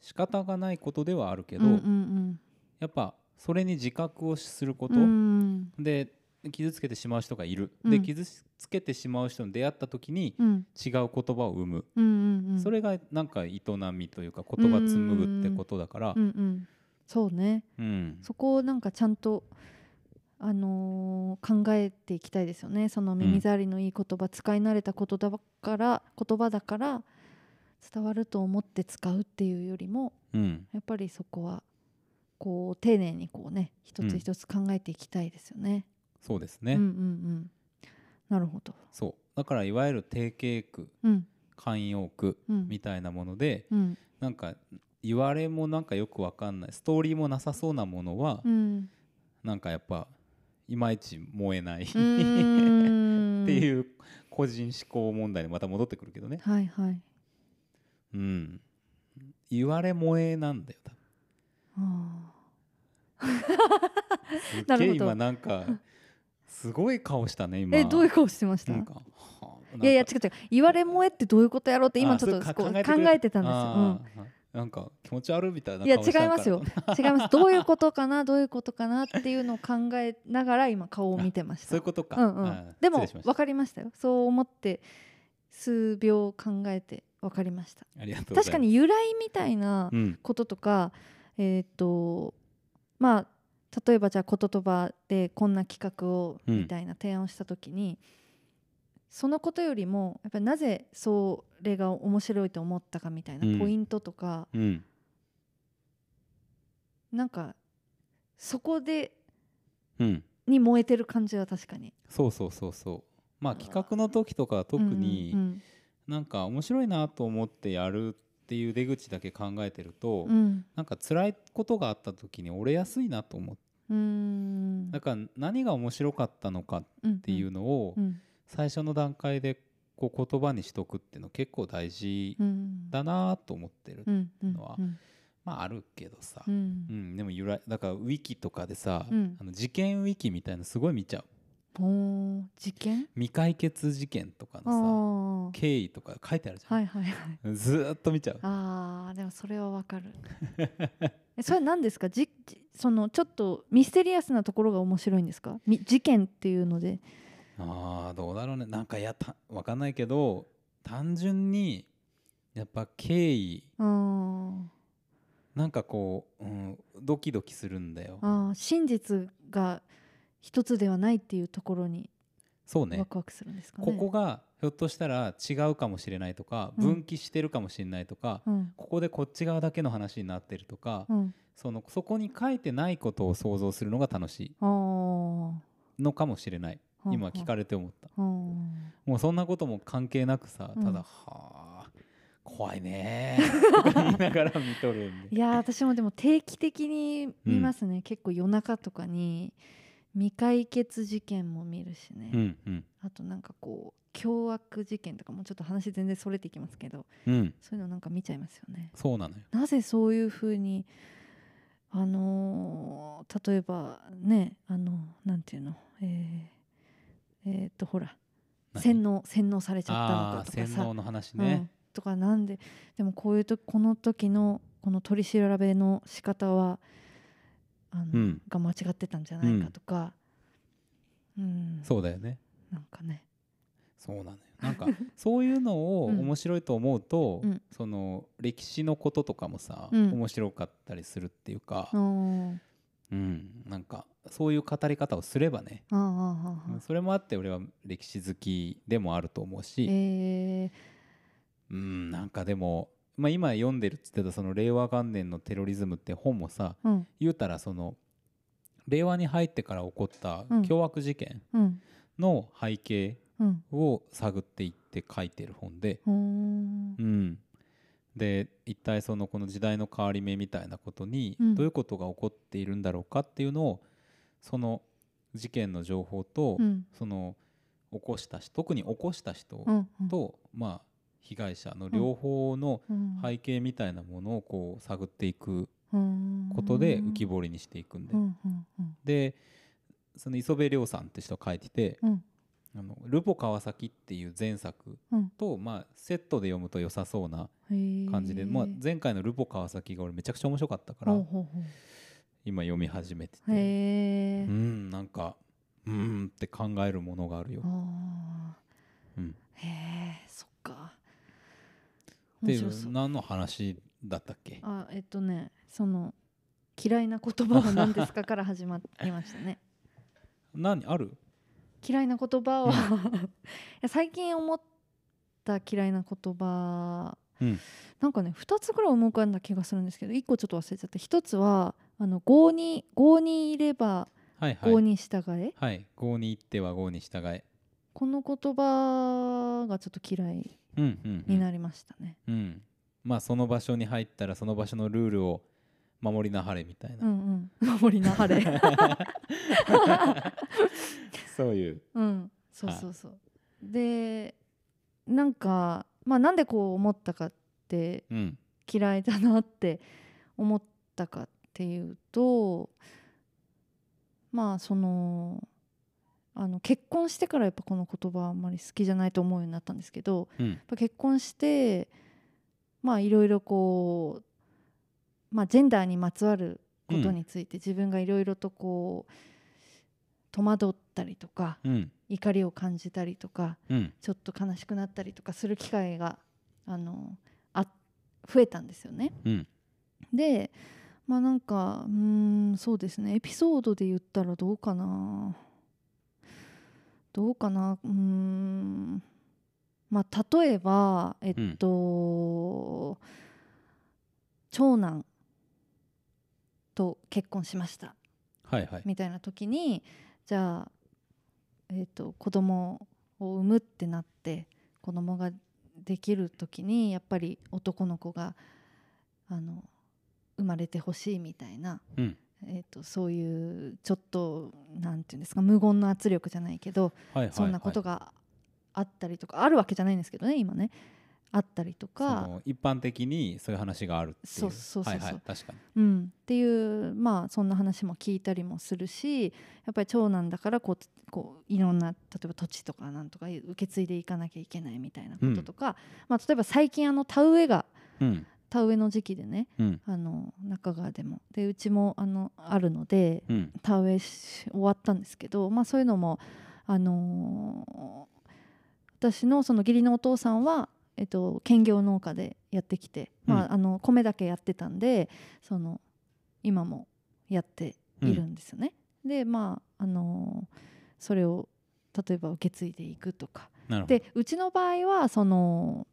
[SPEAKER 1] 仕方がないことではあるけ
[SPEAKER 2] け
[SPEAKER 1] ど、
[SPEAKER 2] うんうん
[SPEAKER 1] やっぱそれに自覚をするこ
[SPEAKER 2] う
[SPEAKER 1] と、
[SPEAKER 2] ん、うん
[SPEAKER 1] で傷つけてしまう人がいる、で
[SPEAKER 2] うん
[SPEAKER 1] 傷つけてしまう人に出会った時に
[SPEAKER 2] うん
[SPEAKER 1] 違う言葉を生む、
[SPEAKER 2] うんうんうん
[SPEAKER 1] それがなんか営みというか言葉紡ぐってことだから
[SPEAKER 2] うんうん、そうね
[SPEAKER 1] うん
[SPEAKER 2] そこをなんかちゃんと、あのー考えていきたいですよねその耳障りのいい言葉、使い慣れたことだから言葉だから伝わると思って使うっていうよりも
[SPEAKER 1] うん
[SPEAKER 2] やっぱりそこはこう丁寧にこうね一
[SPEAKER 1] う
[SPEAKER 2] つ
[SPEAKER 1] ん
[SPEAKER 2] 一つ考えていきたいですよね。
[SPEAKER 1] そうです
[SPEAKER 2] う
[SPEAKER 1] ね、
[SPEAKER 2] ん、うん、うんなるほど。
[SPEAKER 1] そうだからいわゆる定型句
[SPEAKER 2] うん
[SPEAKER 1] 慣用句
[SPEAKER 2] うん
[SPEAKER 1] みたいなもので、
[SPEAKER 2] うん
[SPEAKER 1] なんか言われもなんかよくわかんないストーリーもなさそうなものは、
[SPEAKER 2] うん、
[SPEAKER 1] なんかやっぱいまいち燃えない っ
[SPEAKER 2] う
[SPEAKER 1] て
[SPEAKER 2] ーん
[SPEAKER 1] いう個人思考問題にまた戻ってくるけどね、
[SPEAKER 2] はいはい。
[SPEAKER 1] うん、言われ燃えなんだよ多分
[SPEAKER 2] あ
[SPEAKER 1] す
[SPEAKER 2] な
[SPEAKER 1] っげ
[SPEAKER 2] る
[SPEAKER 1] え
[SPEAKER 2] ほど
[SPEAKER 1] 今なんかすごい顔したね
[SPEAKER 2] ー
[SPEAKER 1] 今
[SPEAKER 2] えどういう顔してました
[SPEAKER 1] なんかはあなん
[SPEAKER 2] い
[SPEAKER 1] か
[SPEAKER 2] やいや違う違う言われ萌えってどういうことやろうって今
[SPEAKER 1] あ
[SPEAKER 2] ちょっ
[SPEAKER 1] そ
[SPEAKER 2] と
[SPEAKER 1] う
[SPEAKER 2] こう考
[SPEAKER 1] か
[SPEAKER 2] えてたんですよ
[SPEAKER 1] あ、ーなんか気持ち悪いみたい
[SPEAKER 2] うん
[SPEAKER 1] ない
[SPEAKER 2] や
[SPEAKER 1] 顔しちゃ
[SPEAKER 2] 違いう
[SPEAKER 1] から
[SPEAKER 2] ますよ違いますどういうことかなどういうことかなっていうのを考えながら今顔を見てまし た
[SPEAKER 1] そういうことか、
[SPEAKER 2] うんうん
[SPEAKER 1] あー
[SPEAKER 2] でも
[SPEAKER 1] 失礼しました
[SPEAKER 2] 分かりましたよそう思って数秒考えて分かりました
[SPEAKER 1] ありがとうございます
[SPEAKER 2] 確かに由来みたいな
[SPEAKER 1] うん
[SPEAKER 2] こととか、えーっとまあ例えばじゃあ言葉でこんな企画を
[SPEAKER 1] うん
[SPEAKER 2] みたいな提案をした時に、そのことよりもやっぱりなぜそれが面白いと思ったかみたい
[SPEAKER 1] うん
[SPEAKER 2] なポイントとか、
[SPEAKER 1] うん
[SPEAKER 2] なんかそこで
[SPEAKER 1] うん
[SPEAKER 2] に燃えてる感じは確かに。
[SPEAKER 1] そうそうそうそうまあ
[SPEAKER 2] あー
[SPEAKER 1] 企画の時とかは特に
[SPEAKER 2] うん
[SPEAKER 1] なんか面白いなと思ってやるっていう出口だけ考えてると、
[SPEAKER 2] うんうん
[SPEAKER 1] なんか辛いことがあった時に折れやすいなと思って
[SPEAKER 2] うん
[SPEAKER 1] だから何が面白かったのかっ
[SPEAKER 2] うんって
[SPEAKER 1] いうのを
[SPEAKER 2] うん
[SPEAKER 1] 最初の段階でこう言葉にしとくっていうの結構大事
[SPEAKER 2] うん
[SPEAKER 1] だなと思ってる、
[SPEAKER 2] うんうん
[SPEAKER 1] のは
[SPEAKER 2] うん
[SPEAKER 1] まああるけどさ、
[SPEAKER 2] う
[SPEAKER 1] うん
[SPEAKER 2] ん
[SPEAKER 1] でも由来だからウィキとかでさ、
[SPEAKER 2] うん
[SPEAKER 1] あの事件ウィキみたいなのすごい見ちゃう
[SPEAKER 2] おー事件
[SPEAKER 1] 未解決事件とか
[SPEAKER 2] あ
[SPEAKER 1] の
[SPEAKER 2] ー
[SPEAKER 1] さ経緯とか書いてあるじゃん、
[SPEAKER 2] はいはいはい
[SPEAKER 1] ずーっと見ちゃう
[SPEAKER 2] あーでもそれはわかる えそれは何ですかじじそのちょっとミステリアスなところが面白いんですかみ事件っていうので
[SPEAKER 1] あーどうだろうねなんかいやたわかんないけど単純にやっぱ経緯
[SPEAKER 2] あー
[SPEAKER 1] なんかこう、うん、ドキドキするんだよ
[SPEAKER 2] あー真実が一つではないっていうところに
[SPEAKER 1] そうね
[SPEAKER 2] ワクワクするんですかね
[SPEAKER 1] ここがひょっとしたら違うかもしれないとか
[SPEAKER 2] うん
[SPEAKER 1] 分岐してるかもしれないとか、
[SPEAKER 2] うん
[SPEAKER 1] ここでこっち側だけの話になってるとか、
[SPEAKER 2] うん
[SPEAKER 1] そのそこに書いてないことを想像するのが楽し
[SPEAKER 2] あー
[SPEAKER 1] いのかもしれない
[SPEAKER 2] はん
[SPEAKER 1] 今聞かれて思った
[SPEAKER 2] はん
[SPEAKER 1] もうそんなことも関係なくさただ、
[SPEAKER 2] うん
[SPEAKER 1] はあ怖いねー とか言いながら見とるん
[SPEAKER 2] い
[SPEAKER 1] で
[SPEAKER 2] やー私もでも定期的に見ますね、結構夜中とかに未解決事件も見るしね、
[SPEAKER 1] うんうん
[SPEAKER 2] あとなんかこう凶悪事件とかもうちょっと話全然それていきますけど
[SPEAKER 1] うん
[SPEAKER 2] そういうのなんか見ちゃいますよね。
[SPEAKER 1] そうなのよ
[SPEAKER 2] なぜそういうふうにあのー例えばねあのなんていうのえー、えーっとほら
[SPEAKER 1] 何
[SPEAKER 2] 洗脳洗脳されちゃ
[SPEAKER 1] あ
[SPEAKER 2] っ
[SPEAKER 1] あ
[SPEAKER 2] たのかとか
[SPEAKER 1] 洗
[SPEAKER 2] さ、
[SPEAKER 1] 脳の話
[SPEAKER 2] う
[SPEAKER 1] ね
[SPEAKER 2] ん、とかなんででもこういうとこの時のこの取り調べの仕方はあの、
[SPEAKER 1] うん
[SPEAKER 2] が間違ってたんじゃないかとか、うん、
[SPEAKER 1] そうだよね
[SPEAKER 2] なんかね
[SPEAKER 1] そうなのよなん かそういうのを
[SPEAKER 2] うん
[SPEAKER 1] 面白いと思うと、
[SPEAKER 2] うん
[SPEAKER 1] その歴史のこととかもさ、
[SPEAKER 2] うん
[SPEAKER 1] 面白かったりするっていうか、
[SPEAKER 2] うん
[SPEAKER 1] うん、なんかそういう語り方をすればね、
[SPEAKER 2] ああああああ
[SPEAKER 1] それもあって俺は歴史好きでもあると思うし、
[SPEAKER 2] ええ
[SPEAKER 1] うんなんかでも、まあ、今読んでるっつってたその令和元年のテロリズムって本もさ
[SPEAKER 2] うん
[SPEAKER 1] 言うたらその令和に入ってから起こった
[SPEAKER 2] うん
[SPEAKER 1] 凶悪事件
[SPEAKER 2] うん
[SPEAKER 1] の背景
[SPEAKER 2] うん
[SPEAKER 1] を探っていって書いてる本で、
[SPEAKER 2] うーん
[SPEAKER 1] うん、で一体そのこの時代の変わり目みたいなことに
[SPEAKER 2] うん
[SPEAKER 1] どういうことが起こっているんだろうかっていうのをその事件の情報と、
[SPEAKER 2] うん
[SPEAKER 1] その起こした人特に起こした人
[SPEAKER 2] うん
[SPEAKER 1] と、まあ、被害者の両方の
[SPEAKER 2] うん
[SPEAKER 1] 背景みたいなものをこう探っていく
[SPEAKER 2] うん
[SPEAKER 1] ことで浮き彫りにしていくんで、
[SPEAKER 2] うんうんうん
[SPEAKER 1] でその磯部亮さんって人が書いてて
[SPEAKER 2] うん
[SPEAKER 1] 「あのルポ川崎」っていう前作
[SPEAKER 2] うん
[SPEAKER 1] と、まあ、セットで読むと良さそうな感じで、
[SPEAKER 2] へえ
[SPEAKER 1] まあ、前回の「ルポ川崎」が俺めちゃくちゃ面白かったから
[SPEAKER 2] ほうほうほう
[SPEAKER 1] 今読み始めて
[SPEAKER 2] へ
[SPEAKER 1] て
[SPEAKER 2] え
[SPEAKER 1] うんなんかうーんって考えるものがあるよ。
[SPEAKER 2] あ
[SPEAKER 1] うん、
[SPEAKER 2] ーへえそっか
[SPEAKER 1] って
[SPEAKER 2] 面
[SPEAKER 1] い
[SPEAKER 2] 白そう
[SPEAKER 1] う何の話だったっけ
[SPEAKER 2] あえっとねその嫌いな言葉は何ですかから始まりましたね
[SPEAKER 1] 何ある
[SPEAKER 2] 嫌いな言葉は いや最近思った嫌いな言葉、
[SPEAKER 1] うん
[SPEAKER 2] なんかね2つぐらい思い浮かんだ気がするんですけど1個ちょっと忘れちゃって1つはあの郷に郷にいれば
[SPEAKER 1] はいはい。
[SPEAKER 2] 郷に従え、
[SPEAKER 1] はい、郷に行っては郷に従え。
[SPEAKER 2] この言葉がちょっと嫌い
[SPEAKER 1] うんうん、うん。
[SPEAKER 2] になりましたね。
[SPEAKER 1] うん、まあその場所に入ったらその場所のルールを守りなはれみたいな、
[SPEAKER 2] うんうん、守りなは れ
[SPEAKER 1] そういう、
[SPEAKER 2] うんそうそうそう、でなんかまあなんでこう思ったかって
[SPEAKER 1] うん、
[SPEAKER 2] 嫌いだなって思ったかっていうとまあそのあの結婚してからやっぱこの言葉あんまり好きじゃないと思うようになったんですけど
[SPEAKER 1] うん
[SPEAKER 2] やっぱ結婚してまあいろいろこう、まあ、ジェンダーにまつわることについて自分がいろいろとこう戸惑ったりとか
[SPEAKER 1] うん
[SPEAKER 2] 怒りを感じたりとか
[SPEAKER 1] うん
[SPEAKER 2] ちょっと悲しくなったりとかする機会があのあ増えたんですよね。
[SPEAKER 1] うん
[SPEAKER 2] でまあなんかうーんそうですねエピソードで言ったらどうかなどうかなうーんまあ例えばえっと、長男と結婚しました
[SPEAKER 1] はいはい
[SPEAKER 2] みたいな時にじゃあ、えー、と子供を産むってなって子供ができる時にやっぱり男の子があの生まれてほしいみたいな、
[SPEAKER 1] うん
[SPEAKER 2] えー、とそういうちょっとなんていうんですか無言の圧力じゃないけど
[SPEAKER 1] はいはい
[SPEAKER 2] そんなこと
[SPEAKER 1] が
[SPEAKER 2] があったりとかあるわけじゃないんですけどね今ねあったりとか。
[SPEAKER 1] 一般的にそういう話があるっていう
[SPEAKER 2] そうそうそうそう
[SPEAKER 1] はいはい、確かに
[SPEAKER 2] うん、っていうまあそんな話も聞いたりもするしやっぱり長男だからこうこういろんな例えば土地とかなんとか受け継いでいかなきゃいけないみたいなこととか、まあ、例えば最近あの田植えが
[SPEAKER 1] うん
[SPEAKER 2] 田植えの時期でね
[SPEAKER 1] うん
[SPEAKER 2] あの中川でもでうちもあのあるので
[SPEAKER 1] うん
[SPEAKER 2] 田植えし終わったんですけど、まあ、そういうのも、あのー私のその義理のお父さんは、えっと、兼業農家でやってきて、ま
[SPEAKER 1] う
[SPEAKER 2] あ、あの米だけやってたんでその今もやっているんですよね。でまあ、あのーそれを例えば受け継いでいくとか
[SPEAKER 1] なるほど、
[SPEAKER 2] でうちの場合はその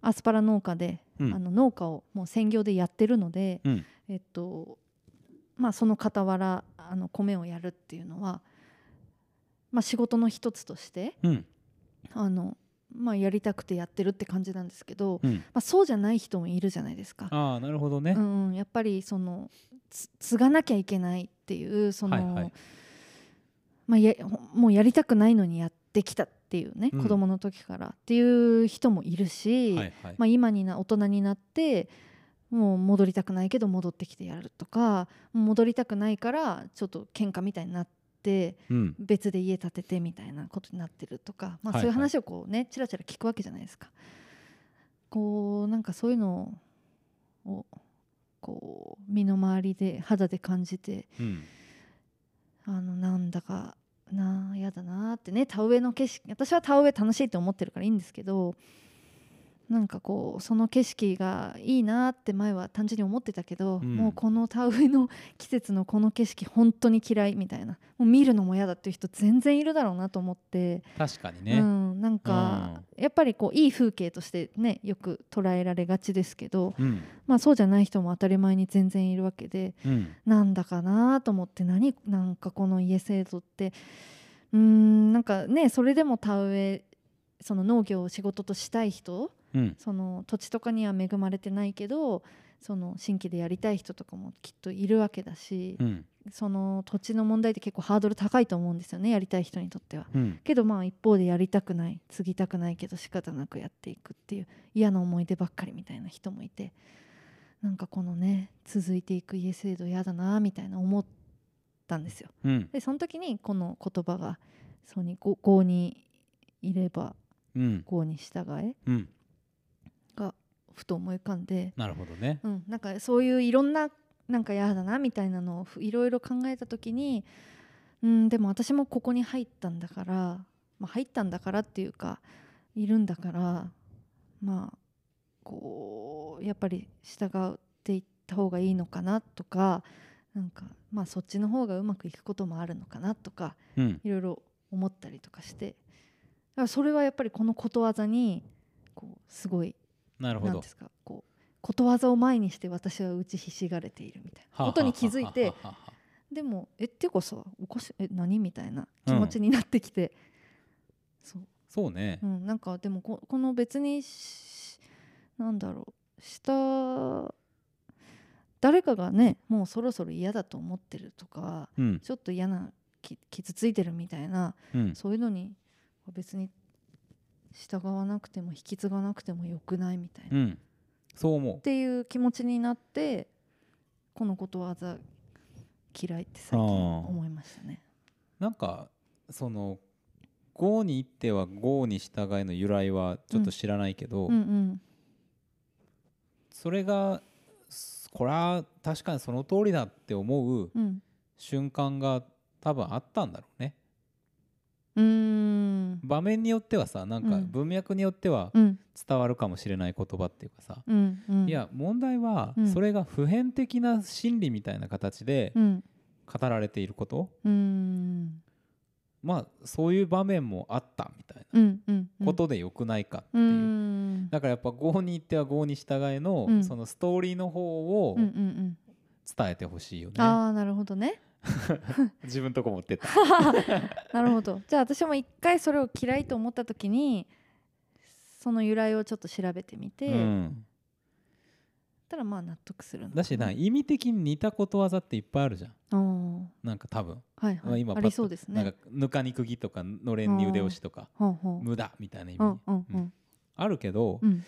[SPEAKER 2] アスパラ農家で、
[SPEAKER 1] うん
[SPEAKER 2] あの農家をもう専業でやってるので、
[SPEAKER 1] うん
[SPEAKER 2] えっとまあ、その傍らあの米をやるっていうのは、まあ、仕事の一つとして
[SPEAKER 1] うん
[SPEAKER 2] あの、まあ、やりたくてやってるって感じなんですけど、
[SPEAKER 1] うん、
[SPEAKER 2] まあ、そうじゃない人もいるじゃないですか。
[SPEAKER 1] ああなるほどね、
[SPEAKER 2] うんうん、やっぱりそのつ継がなきゃいけないっていうその、
[SPEAKER 1] はいはい
[SPEAKER 2] まあ、やもうやりたくないのにやってきたっていうね、
[SPEAKER 1] うん
[SPEAKER 2] 子供の時からっていう人もいるし、
[SPEAKER 1] はいはい、
[SPEAKER 2] まあ、今にな大人になってもう戻りたくないけど戻ってきてやるとか戻りたくないからちょっと喧嘩みたいになって
[SPEAKER 1] うん
[SPEAKER 2] 別で家建ててみたいなことになってるとか、まあ、
[SPEAKER 1] はいはい
[SPEAKER 2] そういう話をこうねちらちら聞くわけじゃないですか。こうなんかそういうのをこう身の回りで肌で感じて
[SPEAKER 1] うん
[SPEAKER 2] あのなんだかなあやだなあってね田植えの景色私は田植え楽しいって思ってるからいいんですけどなんかこうその景色がいいなって前は単純に思ってたけ
[SPEAKER 1] う
[SPEAKER 2] ど、
[SPEAKER 1] ん
[SPEAKER 2] もうこの田植えの季節のこの景色本当に嫌いみたいなもう見るのも嫌だっていう人全然いるだろうなと思って、
[SPEAKER 1] 確かに
[SPEAKER 2] う
[SPEAKER 1] ね。
[SPEAKER 2] ん、なんかやっぱりこういい風景としてねよく捉えられがちですけど、
[SPEAKER 1] うん。
[SPEAKER 2] まあ、そうじゃない人も当たり前に全然いるわけで
[SPEAKER 1] うん。
[SPEAKER 2] なんだかなと思って何なんかこの家制度ってうーんなんかねそれでも田植えその農業を仕事としたい人
[SPEAKER 1] うん。
[SPEAKER 2] その土地とかには恵まれてないけどその新規でやりたい人とかもきっといるわけだし、
[SPEAKER 1] うん。
[SPEAKER 2] その土地の問題って結構ハードル高いと思うんですよねやりたい人にとっては。
[SPEAKER 1] うん。
[SPEAKER 2] けどまあ一方でやりたくない継ぎたくないけど仕方なくやっていくっていう嫌な思い出ばっかりみたいな人もいてなんかこのね続いていく家制度嫌だなみたいな思ったんですよ。
[SPEAKER 1] うん。
[SPEAKER 2] でその時にこの言葉が「そうにご郷にいれば
[SPEAKER 1] うん。
[SPEAKER 2] 郷に従え
[SPEAKER 1] うん。」
[SPEAKER 2] がふと思い浮かんで、
[SPEAKER 1] なるほどね。
[SPEAKER 2] うん、なんかそういういろんななんか嫌だなみたいなのをふいろいろ考えた時に、うん、でも私もここに入ったんだから、まあ、入ったんだからっていうかいるんだからまあこうやっぱり従っていった方がいいのかなとかなんかまあそっちの方がうまくいくこともあるのかなとか
[SPEAKER 1] うん。
[SPEAKER 2] いろいろ思ったりとかしてだからそれはやっぱりこのことわざにこうすごい
[SPEAKER 1] なるほ
[SPEAKER 2] なん
[SPEAKER 1] ど
[SPEAKER 2] で。すかこうことわざを前にして私は打ちひしがれているみたいなことに気づいて
[SPEAKER 1] はあはあはあはあはあ
[SPEAKER 2] でもえっていうかさおかしいえ何みたいな気持ちになってきて、そう
[SPEAKER 1] そうね
[SPEAKER 2] う。ん、なんかでもここの別にしなんだろうした誰かがねもうそろそろ嫌だと思ってるとか
[SPEAKER 1] うん。
[SPEAKER 2] ちょっと嫌なき傷ついてるみたいな
[SPEAKER 1] うん。
[SPEAKER 2] そういうのに別に従わなくても引き継がなくてもよくないみたいな
[SPEAKER 1] う。ん。そう思
[SPEAKER 2] っ
[SPEAKER 1] う。
[SPEAKER 2] ていう気持ちになってこのことわざ嫌いって最近思いましたね。
[SPEAKER 1] なんか。その。郷に行っては郷に従えの由来はちょっと知らないけど、
[SPEAKER 2] うんうん
[SPEAKER 1] それがすこれは確かにその通りだって思う
[SPEAKER 2] うん
[SPEAKER 1] 瞬間が多分あったんだろうね
[SPEAKER 2] うーん
[SPEAKER 1] 場面によってはさなんか
[SPEAKER 2] うん
[SPEAKER 1] 文脈によっては
[SPEAKER 2] うん
[SPEAKER 1] 伝わるかもしれない言葉っていうかさ、
[SPEAKER 2] うんうん
[SPEAKER 1] いや問題は
[SPEAKER 2] うん
[SPEAKER 1] それが普遍的な心理みたいな形で
[SPEAKER 2] うん
[SPEAKER 1] 語られていること、
[SPEAKER 2] うん
[SPEAKER 1] まあそういう場面もあったみたい
[SPEAKER 2] うんうんうん
[SPEAKER 1] なことでよくないかって
[SPEAKER 2] う
[SPEAKER 1] いう、
[SPEAKER 2] ん
[SPEAKER 1] だからやっぱ「郷に行っては郷に従えの」
[SPEAKER 2] うん
[SPEAKER 1] そのストーリーの方を
[SPEAKER 2] うんうん
[SPEAKER 1] 伝えてほしいよね
[SPEAKER 2] うん、ああなるほどね
[SPEAKER 1] 自分とこ持ってった、
[SPEAKER 2] なるほどじゃあ私も一回それを嫌いと思った時にその由来をちょっと調べてみて、
[SPEAKER 1] うん、
[SPEAKER 2] たらまあ納得するのか
[SPEAKER 1] だしなんか意味的に似たことわざっていっぱいあるじゃん
[SPEAKER 2] あー
[SPEAKER 1] なんか多分、
[SPEAKER 2] はい
[SPEAKER 1] まあ
[SPEAKER 2] はい
[SPEAKER 1] 今
[SPEAKER 2] ありそうですね
[SPEAKER 1] なんかぬかに釘とかのれんに腕押しとか
[SPEAKER 2] ほうほう
[SPEAKER 1] 無駄みたいな意味、
[SPEAKER 2] うんうんう
[SPEAKER 1] うんんあるけど、
[SPEAKER 2] うん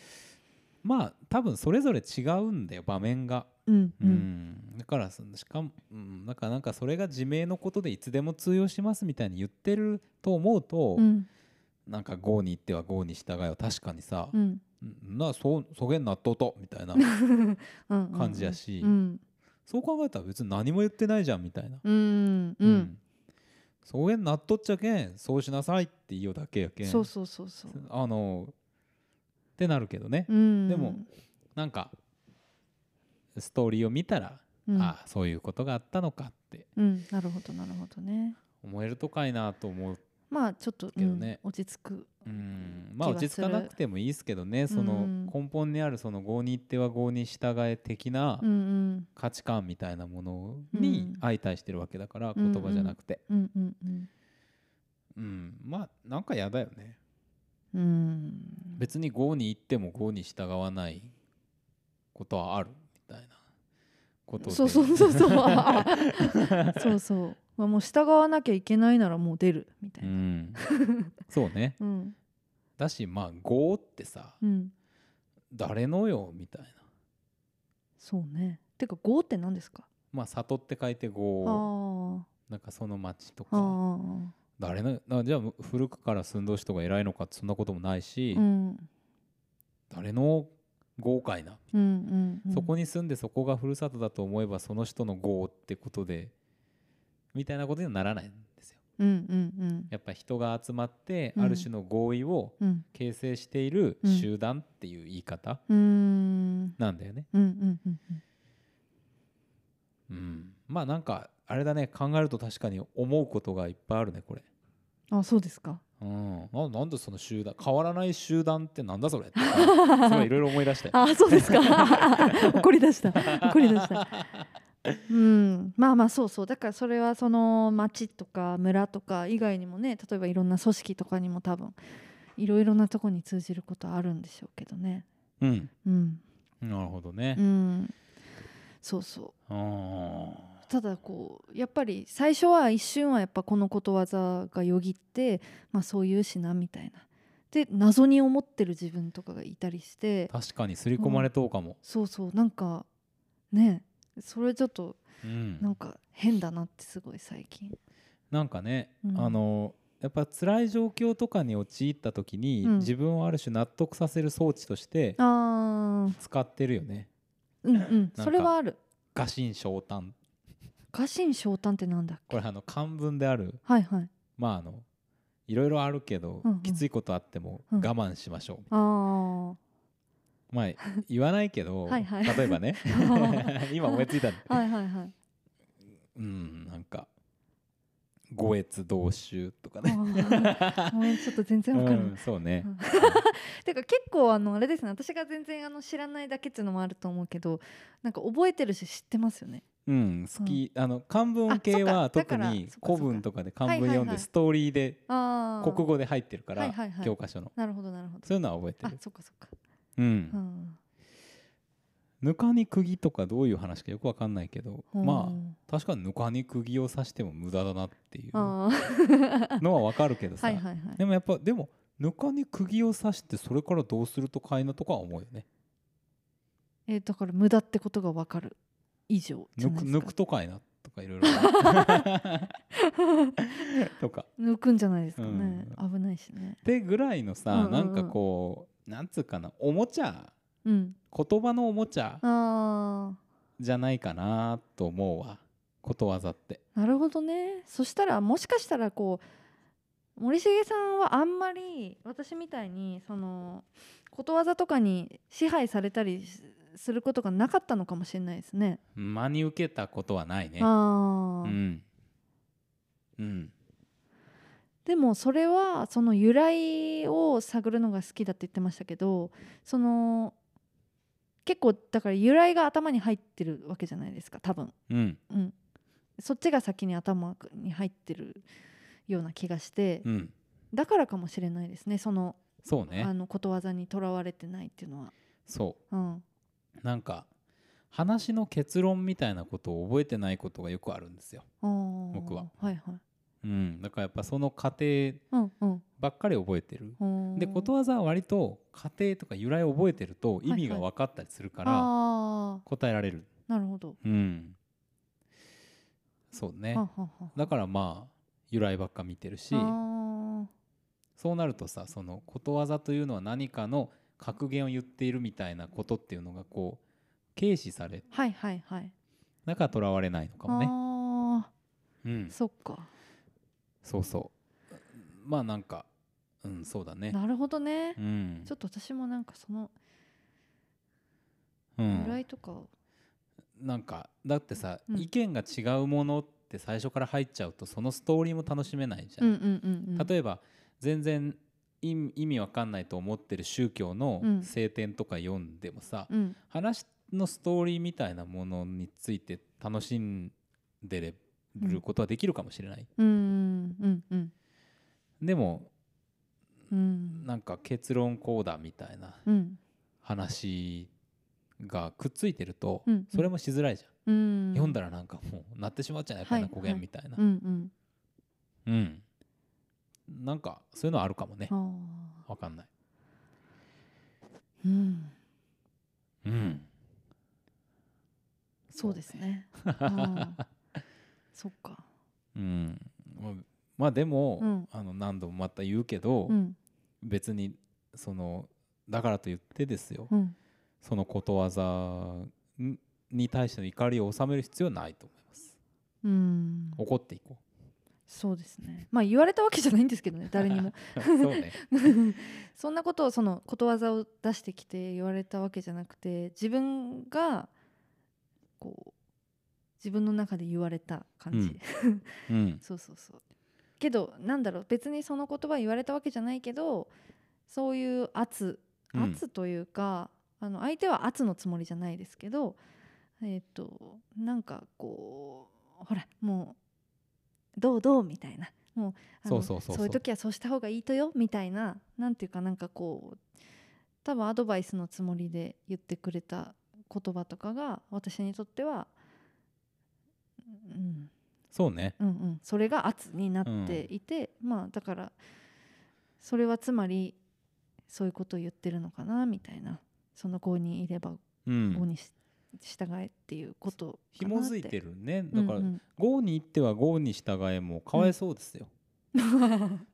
[SPEAKER 1] まあ多分それぞれ違うんだよ場面が、
[SPEAKER 2] うん
[SPEAKER 1] うんだからそしかも、うん、なんかなんかそれが自明のことでいつでも通用しますみたいに言ってると思うと、
[SPEAKER 2] うん
[SPEAKER 1] なんか「郷に行っては郷に従え」は確かにさ
[SPEAKER 2] う、ん
[SPEAKER 1] うんなそうそげん納豆とみたいな
[SPEAKER 2] 感
[SPEAKER 1] 感じやし、
[SPEAKER 2] うん
[SPEAKER 1] そう考えたら別に何も言ってないじゃんみたいな。
[SPEAKER 2] うんう、
[SPEAKER 1] うんそうげん納豆っちゃけんそうしなさいって言うだけやけん
[SPEAKER 2] そうそうそうそう、
[SPEAKER 1] あのってなるけどね、
[SPEAKER 2] うん、
[SPEAKER 1] でも、なんかストーリーを見たら、
[SPEAKER 2] うん、
[SPEAKER 1] ああそういうことがあったのかって
[SPEAKER 2] うん、なるほどなるほどね
[SPEAKER 1] 思えるとかいなと思う
[SPEAKER 2] まあちょっと、
[SPEAKER 1] けどね
[SPEAKER 2] うん、落ち着く
[SPEAKER 1] うんまあ
[SPEAKER 2] 気が
[SPEAKER 1] 落ち着かな
[SPEAKER 2] する
[SPEAKER 1] くてもいいですけどねそ
[SPEAKER 2] うん
[SPEAKER 1] の根本にあるその「郷に行っては郷に従え」的な
[SPEAKER 2] うんうん
[SPEAKER 1] 価値観みたいなもの
[SPEAKER 2] うん
[SPEAKER 1] に相対してるわけだから
[SPEAKER 2] うん
[SPEAKER 1] 言葉じゃなくて、
[SPEAKER 2] うんうんうん
[SPEAKER 1] うん、まあなんか嫌だよね
[SPEAKER 2] うん
[SPEAKER 1] 別に郷に行っても郷に従わないことはあるみたいなことで
[SPEAKER 2] そうそうそ うそう そうそうまあもう従わなきゃいけないならもう出るみたいうな、
[SPEAKER 1] ん、そうね
[SPEAKER 2] うん
[SPEAKER 1] だしまあ「郷」ってさ
[SPEAKER 2] うん、
[SPEAKER 1] 誰のよみたいな
[SPEAKER 2] そうねてか5って何ですか
[SPEAKER 1] まあ里って書いて
[SPEAKER 2] あ
[SPEAKER 1] 郷
[SPEAKER 2] ー
[SPEAKER 1] なんかその町と
[SPEAKER 2] あ
[SPEAKER 1] か
[SPEAKER 2] ー
[SPEAKER 1] 誰のなじゃあ古くから寸胴師とか偉いのかってそんなこともないし、
[SPEAKER 2] うん
[SPEAKER 1] 誰の豪快な、
[SPEAKER 2] うんうんうん
[SPEAKER 1] そこに住んでそこがふるさとだと思えばその人の豪ってことでみたいなことにはならないんですよ。
[SPEAKER 2] うんうん
[SPEAKER 1] やっぱ人が集まって
[SPEAKER 2] うん
[SPEAKER 1] ある種の合意を
[SPEAKER 2] うんうん
[SPEAKER 1] 形成している
[SPEAKER 2] うん
[SPEAKER 1] 集団っていう言い方
[SPEAKER 2] うーん
[SPEAKER 1] なんだよね。
[SPEAKER 2] うんうんうんうん
[SPEAKER 1] うん、まあなんかあれだね考えると確かに思うことがいっぱいあるねこれ。
[SPEAKER 2] あそうですか
[SPEAKER 1] うん、ななんでその集団変わらない集団ってなんだそれって すごいいろいろ思い出して。
[SPEAKER 2] あそうで すか怒り出した怒り出したうんまあまあそうそうだからそれはその町とか村とか以外にもね例えばいろんな組織とかにも多分いろいろなとこに通じることあるんでしょうけどね
[SPEAKER 1] うん、
[SPEAKER 2] うん
[SPEAKER 1] なるほどね
[SPEAKER 2] う。んそうそう
[SPEAKER 1] うん
[SPEAKER 2] ただこうやっぱり最初は一瞬はやっぱこのことわざがよぎってまあそういうしなみたいなで謎に思ってる自分とかがいたりして
[SPEAKER 1] 確かに刷り込まれとうかも。
[SPEAKER 2] そうそうなんかねそれちょっと
[SPEAKER 1] うん
[SPEAKER 2] なんか変だなってすごい最近
[SPEAKER 1] なんかね、
[SPEAKER 2] うん
[SPEAKER 1] あのやっぱ辛い状況とかに陥った時に、
[SPEAKER 2] うん
[SPEAKER 1] 自分をある種納得させる装置として
[SPEAKER 2] あー
[SPEAKER 1] 使ってるよね。
[SPEAKER 2] うんうん
[SPEAKER 1] か
[SPEAKER 2] それはある
[SPEAKER 1] 臥薪嘗胆
[SPEAKER 2] 家臣昇胆ってなんだっけ
[SPEAKER 1] これあの漢文である
[SPEAKER 2] はいはい
[SPEAKER 1] まああのいろいろあるけど、
[SPEAKER 2] うんうん
[SPEAKER 1] きついことあっても
[SPEAKER 2] うん
[SPEAKER 1] 我慢しましょう、
[SPEAKER 2] あー
[SPEAKER 1] まあ言わないけど
[SPEAKER 2] はいはい
[SPEAKER 1] 例えばね今思いついた、
[SPEAKER 2] はいは いはい
[SPEAKER 1] うんなんか「五越同州」とか
[SPEAKER 2] あ
[SPEAKER 1] ね。
[SPEAKER 2] ーごめんちょっと全然わからない、
[SPEAKER 1] うん、そうね、
[SPEAKER 2] てか結構あのあれですね私が全然あの知らないだけっていうのもあると思うけどなんか覚えてるし知ってますよね
[SPEAKER 1] うん、好き、あの漢文系は
[SPEAKER 2] あそっか
[SPEAKER 1] 特
[SPEAKER 2] だから
[SPEAKER 1] に
[SPEAKER 2] そっか
[SPEAKER 1] 古
[SPEAKER 2] そっか
[SPEAKER 1] 文とかで漢
[SPEAKER 2] はい
[SPEAKER 1] 文
[SPEAKER 2] はい
[SPEAKER 1] 読ん
[SPEAKER 2] はい
[SPEAKER 1] でストーリーで
[SPEAKER 2] ああ
[SPEAKER 1] 国語で入ってるか
[SPEAKER 2] はい
[SPEAKER 1] ら
[SPEAKER 2] はいはい
[SPEAKER 1] 教科書の
[SPEAKER 2] なるほどなるほど
[SPEAKER 1] そういうのは覚えて
[SPEAKER 2] あ
[SPEAKER 1] る
[SPEAKER 2] そっかそっか
[SPEAKER 1] う
[SPEAKER 2] うんん
[SPEAKER 1] ぬかに釘とかどういう話かよくわかんないけどまあ確かにぬかに釘を刺しても無駄だなっていうの
[SPEAKER 2] ああー
[SPEAKER 1] はわかるけどさ
[SPEAKER 2] はいはいはい
[SPEAKER 1] でもやっぱでもぬかに釘を刺してそれからどうするとかいなとかは思うよね
[SPEAKER 2] えーだから無駄ってことがわかる以上じゃ
[SPEAKER 1] ぬ
[SPEAKER 2] ない
[SPEAKER 1] く
[SPEAKER 2] です
[SPEAKER 1] ぬ
[SPEAKER 2] か
[SPEAKER 1] くとかいなとかい ろいろとか
[SPEAKER 2] 抜くんじゃないですかね、
[SPEAKER 1] う
[SPEAKER 2] 危ないしね
[SPEAKER 1] ってぐらいのさ、
[SPEAKER 2] うんうんうん
[SPEAKER 1] なんかこうなんつうかなおもちゃ
[SPEAKER 2] うん
[SPEAKER 1] 言葉のおもちゃ
[SPEAKER 2] あ
[SPEAKER 1] じゃないかなと思うわことわざって
[SPEAKER 2] あなるほどねそしたらもしかしたらこう森重さんはあんまり私みたいにそのことわざとかに支配されたりしすることがなかったのかもしれないですね。
[SPEAKER 1] 真に受けたことはないね
[SPEAKER 2] あ
[SPEAKER 1] う
[SPEAKER 2] ー
[SPEAKER 1] んうん
[SPEAKER 2] でもそれはその由来を探るのが好きだって言ってましたけどその結構だから由来が頭に入ってるわけじゃないですか多分。
[SPEAKER 1] うん
[SPEAKER 2] うん、そっちが先に頭に入ってるような気がして、
[SPEAKER 1] うん
[SPEAKER 2] だからかもしれないですねその
[SPEAKER 1] そう
[SPEAKER 2] あ
[SPEAKER 1] ね
[SPEAKER 2] のことわざにとらわれてないっていうのは。
[SPEAKER 1] そ
[SPEAKER 2] うん、
[SPEAKER 1] うなんか話の結論みたいなことを覚えてないことがよくあるんですよ、僕
[SPEAKER 2] 僕
[SPEAKER 1] は。
[SPEAKER 2] はいはい。
[SPEAKER 1] うん、だからやっぱその過程
[SPEAKER 2] うんうん
[SPEAKER 1] ばっかり覚えてる
[SPEAKER 2] うん。
[SPEAKER 1] でことわざは割と過程とか由来を覚えてると意味が分かったりするから
[SPEAKER 2] ああ
[SPEAKER 1] 答えられる、
[SPEAKER 2] なるほど。
[SPEAKER 1] うんそうね
[SPEAKER 2] はんはんはん
[SPEAKER 1] だからまあ由来ばっか見てるし
[SPEAKER 2] あー
[SPEAKER 1] そうなるとさそのことわざというのは何かの格言を言っているみたいなことっていうのがこう軽視され
[SPEAKER 2] はいはいはい。
[SPEAKER 1] だからとらわれないのかもね、
[SPEAKER 2] あ
[SPEAKER 1] うん
[SPEAKER 2] あ、そっか。
[SPEAKER 1] そうそうまあなんかうんそうだね
[SPEAKER 2] なるほどね
[SPEAKER 1] う。ん
[SPEAKER 2] ちょっと私もなんかその
[SPEAKER 1] う
[SPEAKER 2] 由
[SPEAKER 1] ん
[SPEAKER 2] 来とかを
[SPEAKER 1] なんかだってさ、
[SPEAKER 2] うん
[SPEAKER 1] 意見が違うものって最初から入っちゃうとそのストーリーも楽しめないじゃ、
[SPEAKER 2] うんんうんうんうん。
[SPEAKER 1] 例えば全然意味意味わかんないと思ってる宗教の
[SPEAKER 2] うん
[SPEAKER 1] 聖典とか読んでもさ、
[SPEAKER 2] うん
[SPEAKER 1] 話のストーリーみたいなものについて楽しんでれることはできるかもしれない、
[SPEAKER 2] うんうんうん
[SPEAKER 1] でも
[SPEAKER 2] うん
[SPEAKER 1] なんか結論こうだみたいな
[SPEAKER 2] うん
[SPEAKER 1] 話がくっついてると、
[SPEAKER 2] うんうん
[SPEAKER 1] それもしづらいじゃん、
[SPEAKER 2] うん。
[SPEAKER 1] 読んだ
[SPEAKER 2] ら。
[SPEAKER 1] らなんかもうなってしまうじゃないかな、
[SPEAKER 2] はい
[SPEAKER 1] 語源みたいな
[SPEAKER 2] うんうん。
[SPEAKER 1] うん、なんかそういうのはあるかもね
[SPEAKER 2] あ
[SPEAKER 1] わかんない
[SPEAKER 2] ーうん、
[SPEAKER 1] うん
[SPEAKER 2] そうです ね。うんそっか。
[SPEAKER 1] うんまあまあでも、
[SPEAKER 2] うん
[SPEAKER 1] あの何度もまた言うけど、
[SPEAKER 2] うん、
[SPEAKER 1] 別にそのだからと言ってですよ、
[SPEAKER 2] うん、
[SPEAKER 1] そのことわざんに対しての怒りを収める必要はないと思います
[SPEAKER 2] うん。
[SPEAKER 1] 怒っていこ
[SPEAKER 2] そうですねまあ言われたわけじゃないんですけどね 誰にも
[SPEAKER 1] そうね
[SPEAKER 2] そんなことをそのことわざを出してきて言われたわけじゃなくて自分がこう自分の中で言われた感じ、
[SPEAKER 1] うん
[SPEAKER 2] そうそうそうけどなんだろう別にその言葉言われたわけじゃないけどそういう圧
[SPEAKER 1] うん
[SPEAKER 2] 圧というか、あの相手は圧のつもりじゃないですけどえっ、となんかこうほらもうどうどうみたいなもうあの
[SPEAKER 1] そうそうそうそう
[SPEAKER 2] いう時はそうした方がいいとよみたいななんていうかなんかこう多分アドバイスのつもりで言ってくれた言葉とかが私にとっては、うん、
[SPEAKER 1] そうね
[SPEAKER 2] うんうん、それが圧になっていて、まあだからそれはつまりそういうことを言ってるのかなみたいなその5人いれば
[SPEAKER 1] う
[SPEAKER 2] 5
[SPEAKER 1] ん
[SPEAKER 2] にし、従えっていうことかなって
[SPEAKER 1] 紐づいてるねだから、
[SPEAKER 2] うん
[SPEAKER 1] 郷に行っては郷に従えもかわいそうですよ、
[SPEAKER 2] うん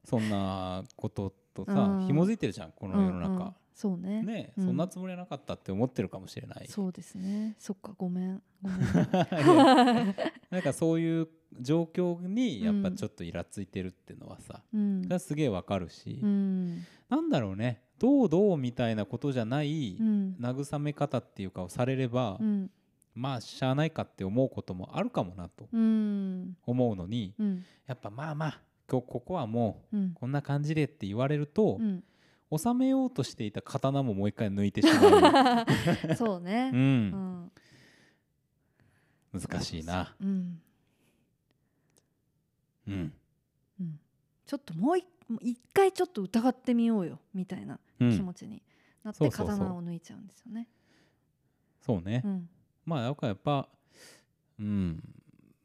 [SPEAKER 1] そんなこととさ、
[SPEAKER 2] うん
[SPEAKER 1] 紐づいてるじゃんこの世の
[SPEAKER 2] うんう
[SPEAKER 1] 中
[SPEAKER 2] ん、そうね
[SPEAKER 1] ね、
[SPEAKER 2] うん
[SPEAKER 1] そんなつもりはなかったって思ってるかもしれない
[SPEAKER 2] そうですねそっかごめんごめ ん
[SPEAKER 1] なんかそういう状況にやっぱ
[SPEAKER 2] うん
[SPEAKER 1] ちょっとイラついてるっていうのはさ、
[SPEAKER 2] うん
[SPEAKER 1] がすげえわかるし、
[SPEAKER 2] うん
[SPEAKER 1] なんだろうねどうどうみたいなことじゃない
[SPEAKER 2] うん
[SPEAKER 1] 慰め方っていうかをされれば、
[SPEAKER 2] うん
[SPEAKER 1] まあしゃあないかって思うこともあるかもなと
[SPEAKER 2] うん
[SPEAKER 1] 思うのに、
[SPEAKER 2] うん
[SPEAKER 1] やっぱまあまあ今日ここはも
[SPEAKER 2] う
[SPEAKER 1] うんこんな感じでって言われると
[SPEAKER 2] う、ん
[SPEAKER 1] 収めようとしていた刀ももう一回抜いてし まう、
[SPEAKER 2] そう
[SPEAKER 1] う、
[SPEAKER 2] ね、うんん、
[SPEAKER 1] 難しいな、
[SPEAKER 2] うん
[SPEAKER 1] うん
[SPEAKER 2] うん、ちょっともうい一回ちょっと疑ってみようよみたいな
[SPEAKER 1] う
[SPEAKER 2] 気
[SPEAKER 1] ん、
[SPEAKER 2] 持ちになっ
[SPEAKER 1] そ
[SPEAKER 2] て
[SPEAKER 1] うそうそう
[SPEAKER 2] 刀を抜いちゃうんですよね。
[SPEAKER 1] そうね、
[SPEAKER 2] うん
[SPEAKER 1] まあだからやっぱうん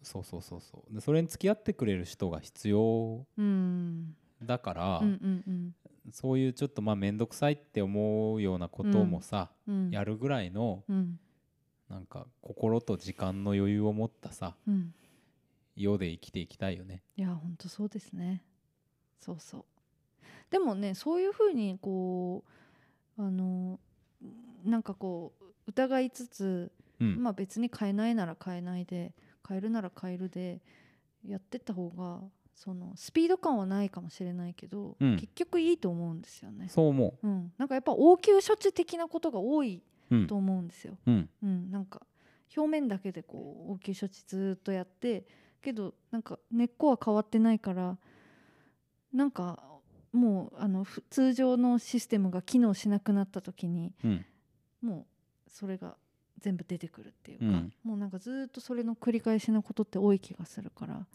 [SPEAKER 1] そうそうそうそうでそれに付き合ってくれる人が必要
[SPEAKER 2] うん
[SPEAKER 1] だから、
[SPEAKER 2] うんうん
[SPEAKER 1] そういうちょっとまあ面倒くさいって思うようなこともさ、
[SPEAKER 2] うん
[SPEAKER 1] やるぐらいの
[SPEAKER 2] うん
[SPEAKER 1] なんか心と時間の余裕を持ったさ
[SPEAKER 2] うん
[SPEAKER 1] 世で生きていきたいよね。
[SPEAKER 2] いや本当そうですねそうそうでもねそういうふうにこうあのなんかこう疑いつつ、
[SPEAKER 1] うん、
[SPEAKER 2] まあ別に変えないなら変えないで変えるなら変えるでやってった方がそのスピード感はないかもしれないけど、
[SPEAKER 1] うん
[SPEAKER 2] 結局いいと思うんですよね。
[SPEAKER 1] そう思。
[SPEAKER 2] うん、なんかやっぱ応急処置的なことが多いう
[SPEAKER 1] うん
[SPEAKER 2] と、思うんですよ。
[SPEAKER 1] うん、
[SPEAKER 2] うん、なんか表面だけでこう応急処置ずーっとやってけどなんか根っこは変わってないからなんかもうあのふ通常のシステムが機能しなくなった時に
[SPEAKER 1] うん、
[SPEAKER 2] もうそれが全部出てくるっていうか、
[SPEAKER 1] うん
[SPEAKER 2] もうなんかずーっとそれの繰り返しなことって多い気がするから、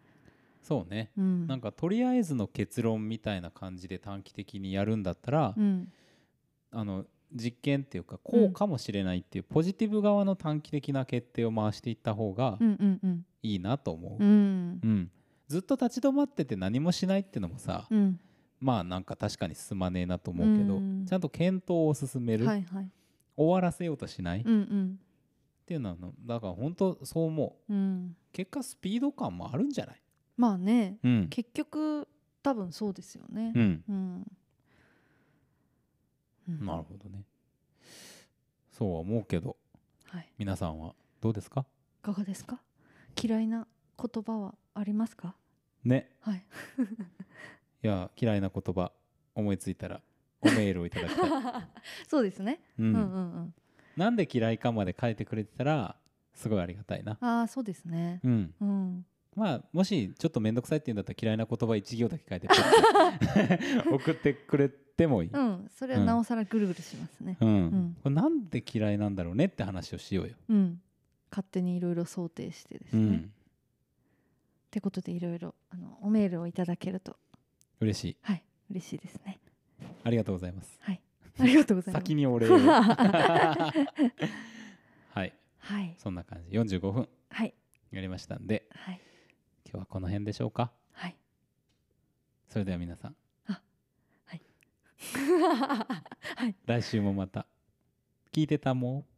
[SPEAKER 1] そうね。
[SPEAKER 2] うん、
[SPEAKER 1] なんかとりあえずの結論みたいな感じで短期的にやるんだったら、
[SPEAKER 2] うん
[SPEAKER 1] あの実験っていうかこうかもしれないっていうポジティブ側の短期的な決定を回していった方が
[SPEAKER 2] うんうんうん
[SPEAKER 1] いいなと思う。
[SPEAKER 2] うんうん
[SPEAKER 1] うんずっと立ち止まってて何もしないってのもさ、
[SPEAKER 2] うん
[SPEAKER 1] まあなんか確かに進まねえなと思うけど、
[SPEAKER 2] うん
[SPEAKER 1] ちゃんと検討を進める、
[SPEAKER 2] はいはい
[SPEAKER 1] 終わらせようとしないっ
[SPEAKER 2] うんうん
[SPEAKER 1] ていうのはのだから本当そう思う
[SPEAKER 2] うん
[SPEAKER 1] 結果スピード感もあるんじゃない
[SPEAKER 2] まあね
[SPEAKER 1] うん、
[SPEAKER 2] 結局多分そうですよね
[SPEAKER 1] う。ん、
[SPEAKER 2] うんうん
[SPEAKER 1] なるほどねそうは思うけど
[SPEAKER 2] はい、
[SPEAKER 1] 皆さんはどうですか
[SPEAKER 2] いかがですか嫌いな言葉はありますか
[SPEAKER 1] ね
[SPEAKER 2] はい
[SPEAKER 1] いや嫌いな言葉思いついたらおメールをいただ きたい、
[SPEAKER 2] そうですね、
[SPEAKER 1] う
[SPEAKER 2] うんん、うんうん
[SPEAKER 1] なんで嫌いかまで書いてくれてたらすごいありがたいな
[SPEAKER 2] ああそうですね
[SPEAKER 1] うん
[SPEAKER 2] うん
[SPEAKER 1] まあもしちょっと面倒くさいって言うんだったら嫌いな言葉1行だけ書い てポッて送ってくれてもいい、
[SPEAKER 2] う
[SPEAKER 1] うん
[SPEAKER 2] んそれはなおさらぐるぐるしますねん
[SPEAKER 1] これなんで嫌いなんだろうねって話をしようよ、
[SPEAKER 2] うん、勝手にいろいろ想定してです
[SPEAKER 1] う
[SPEAKER 2] ね、っ
[SPEAKER 1] ん、
[SPEAKER 2] てことでいろいろあのおメールをいただけると
[SPEAKER 1] 嬉しい
[SPEAKER 2] はい嬉しいですね
[SPEAKER 1] ありがとうございます
[SPEAKER 2] はいありがとうございます
[SPEAKER 1] 先にお礼 をはい
[SPEAKER 2] はい
[SPEAKER 1] そんな感じ45分
[SPEAKER 2] はい
[SPEAKER 1] やりましたんで
[SPEAKER 2] はい
[SPEAKER 1] 今日はこの辺でしょうか
[SPEAKER 2] はい
[SPEAKER 1] それでは皆さん
[SPEAKER 2] はい
[SPEAKER 1] 来週もまた聞いてたもん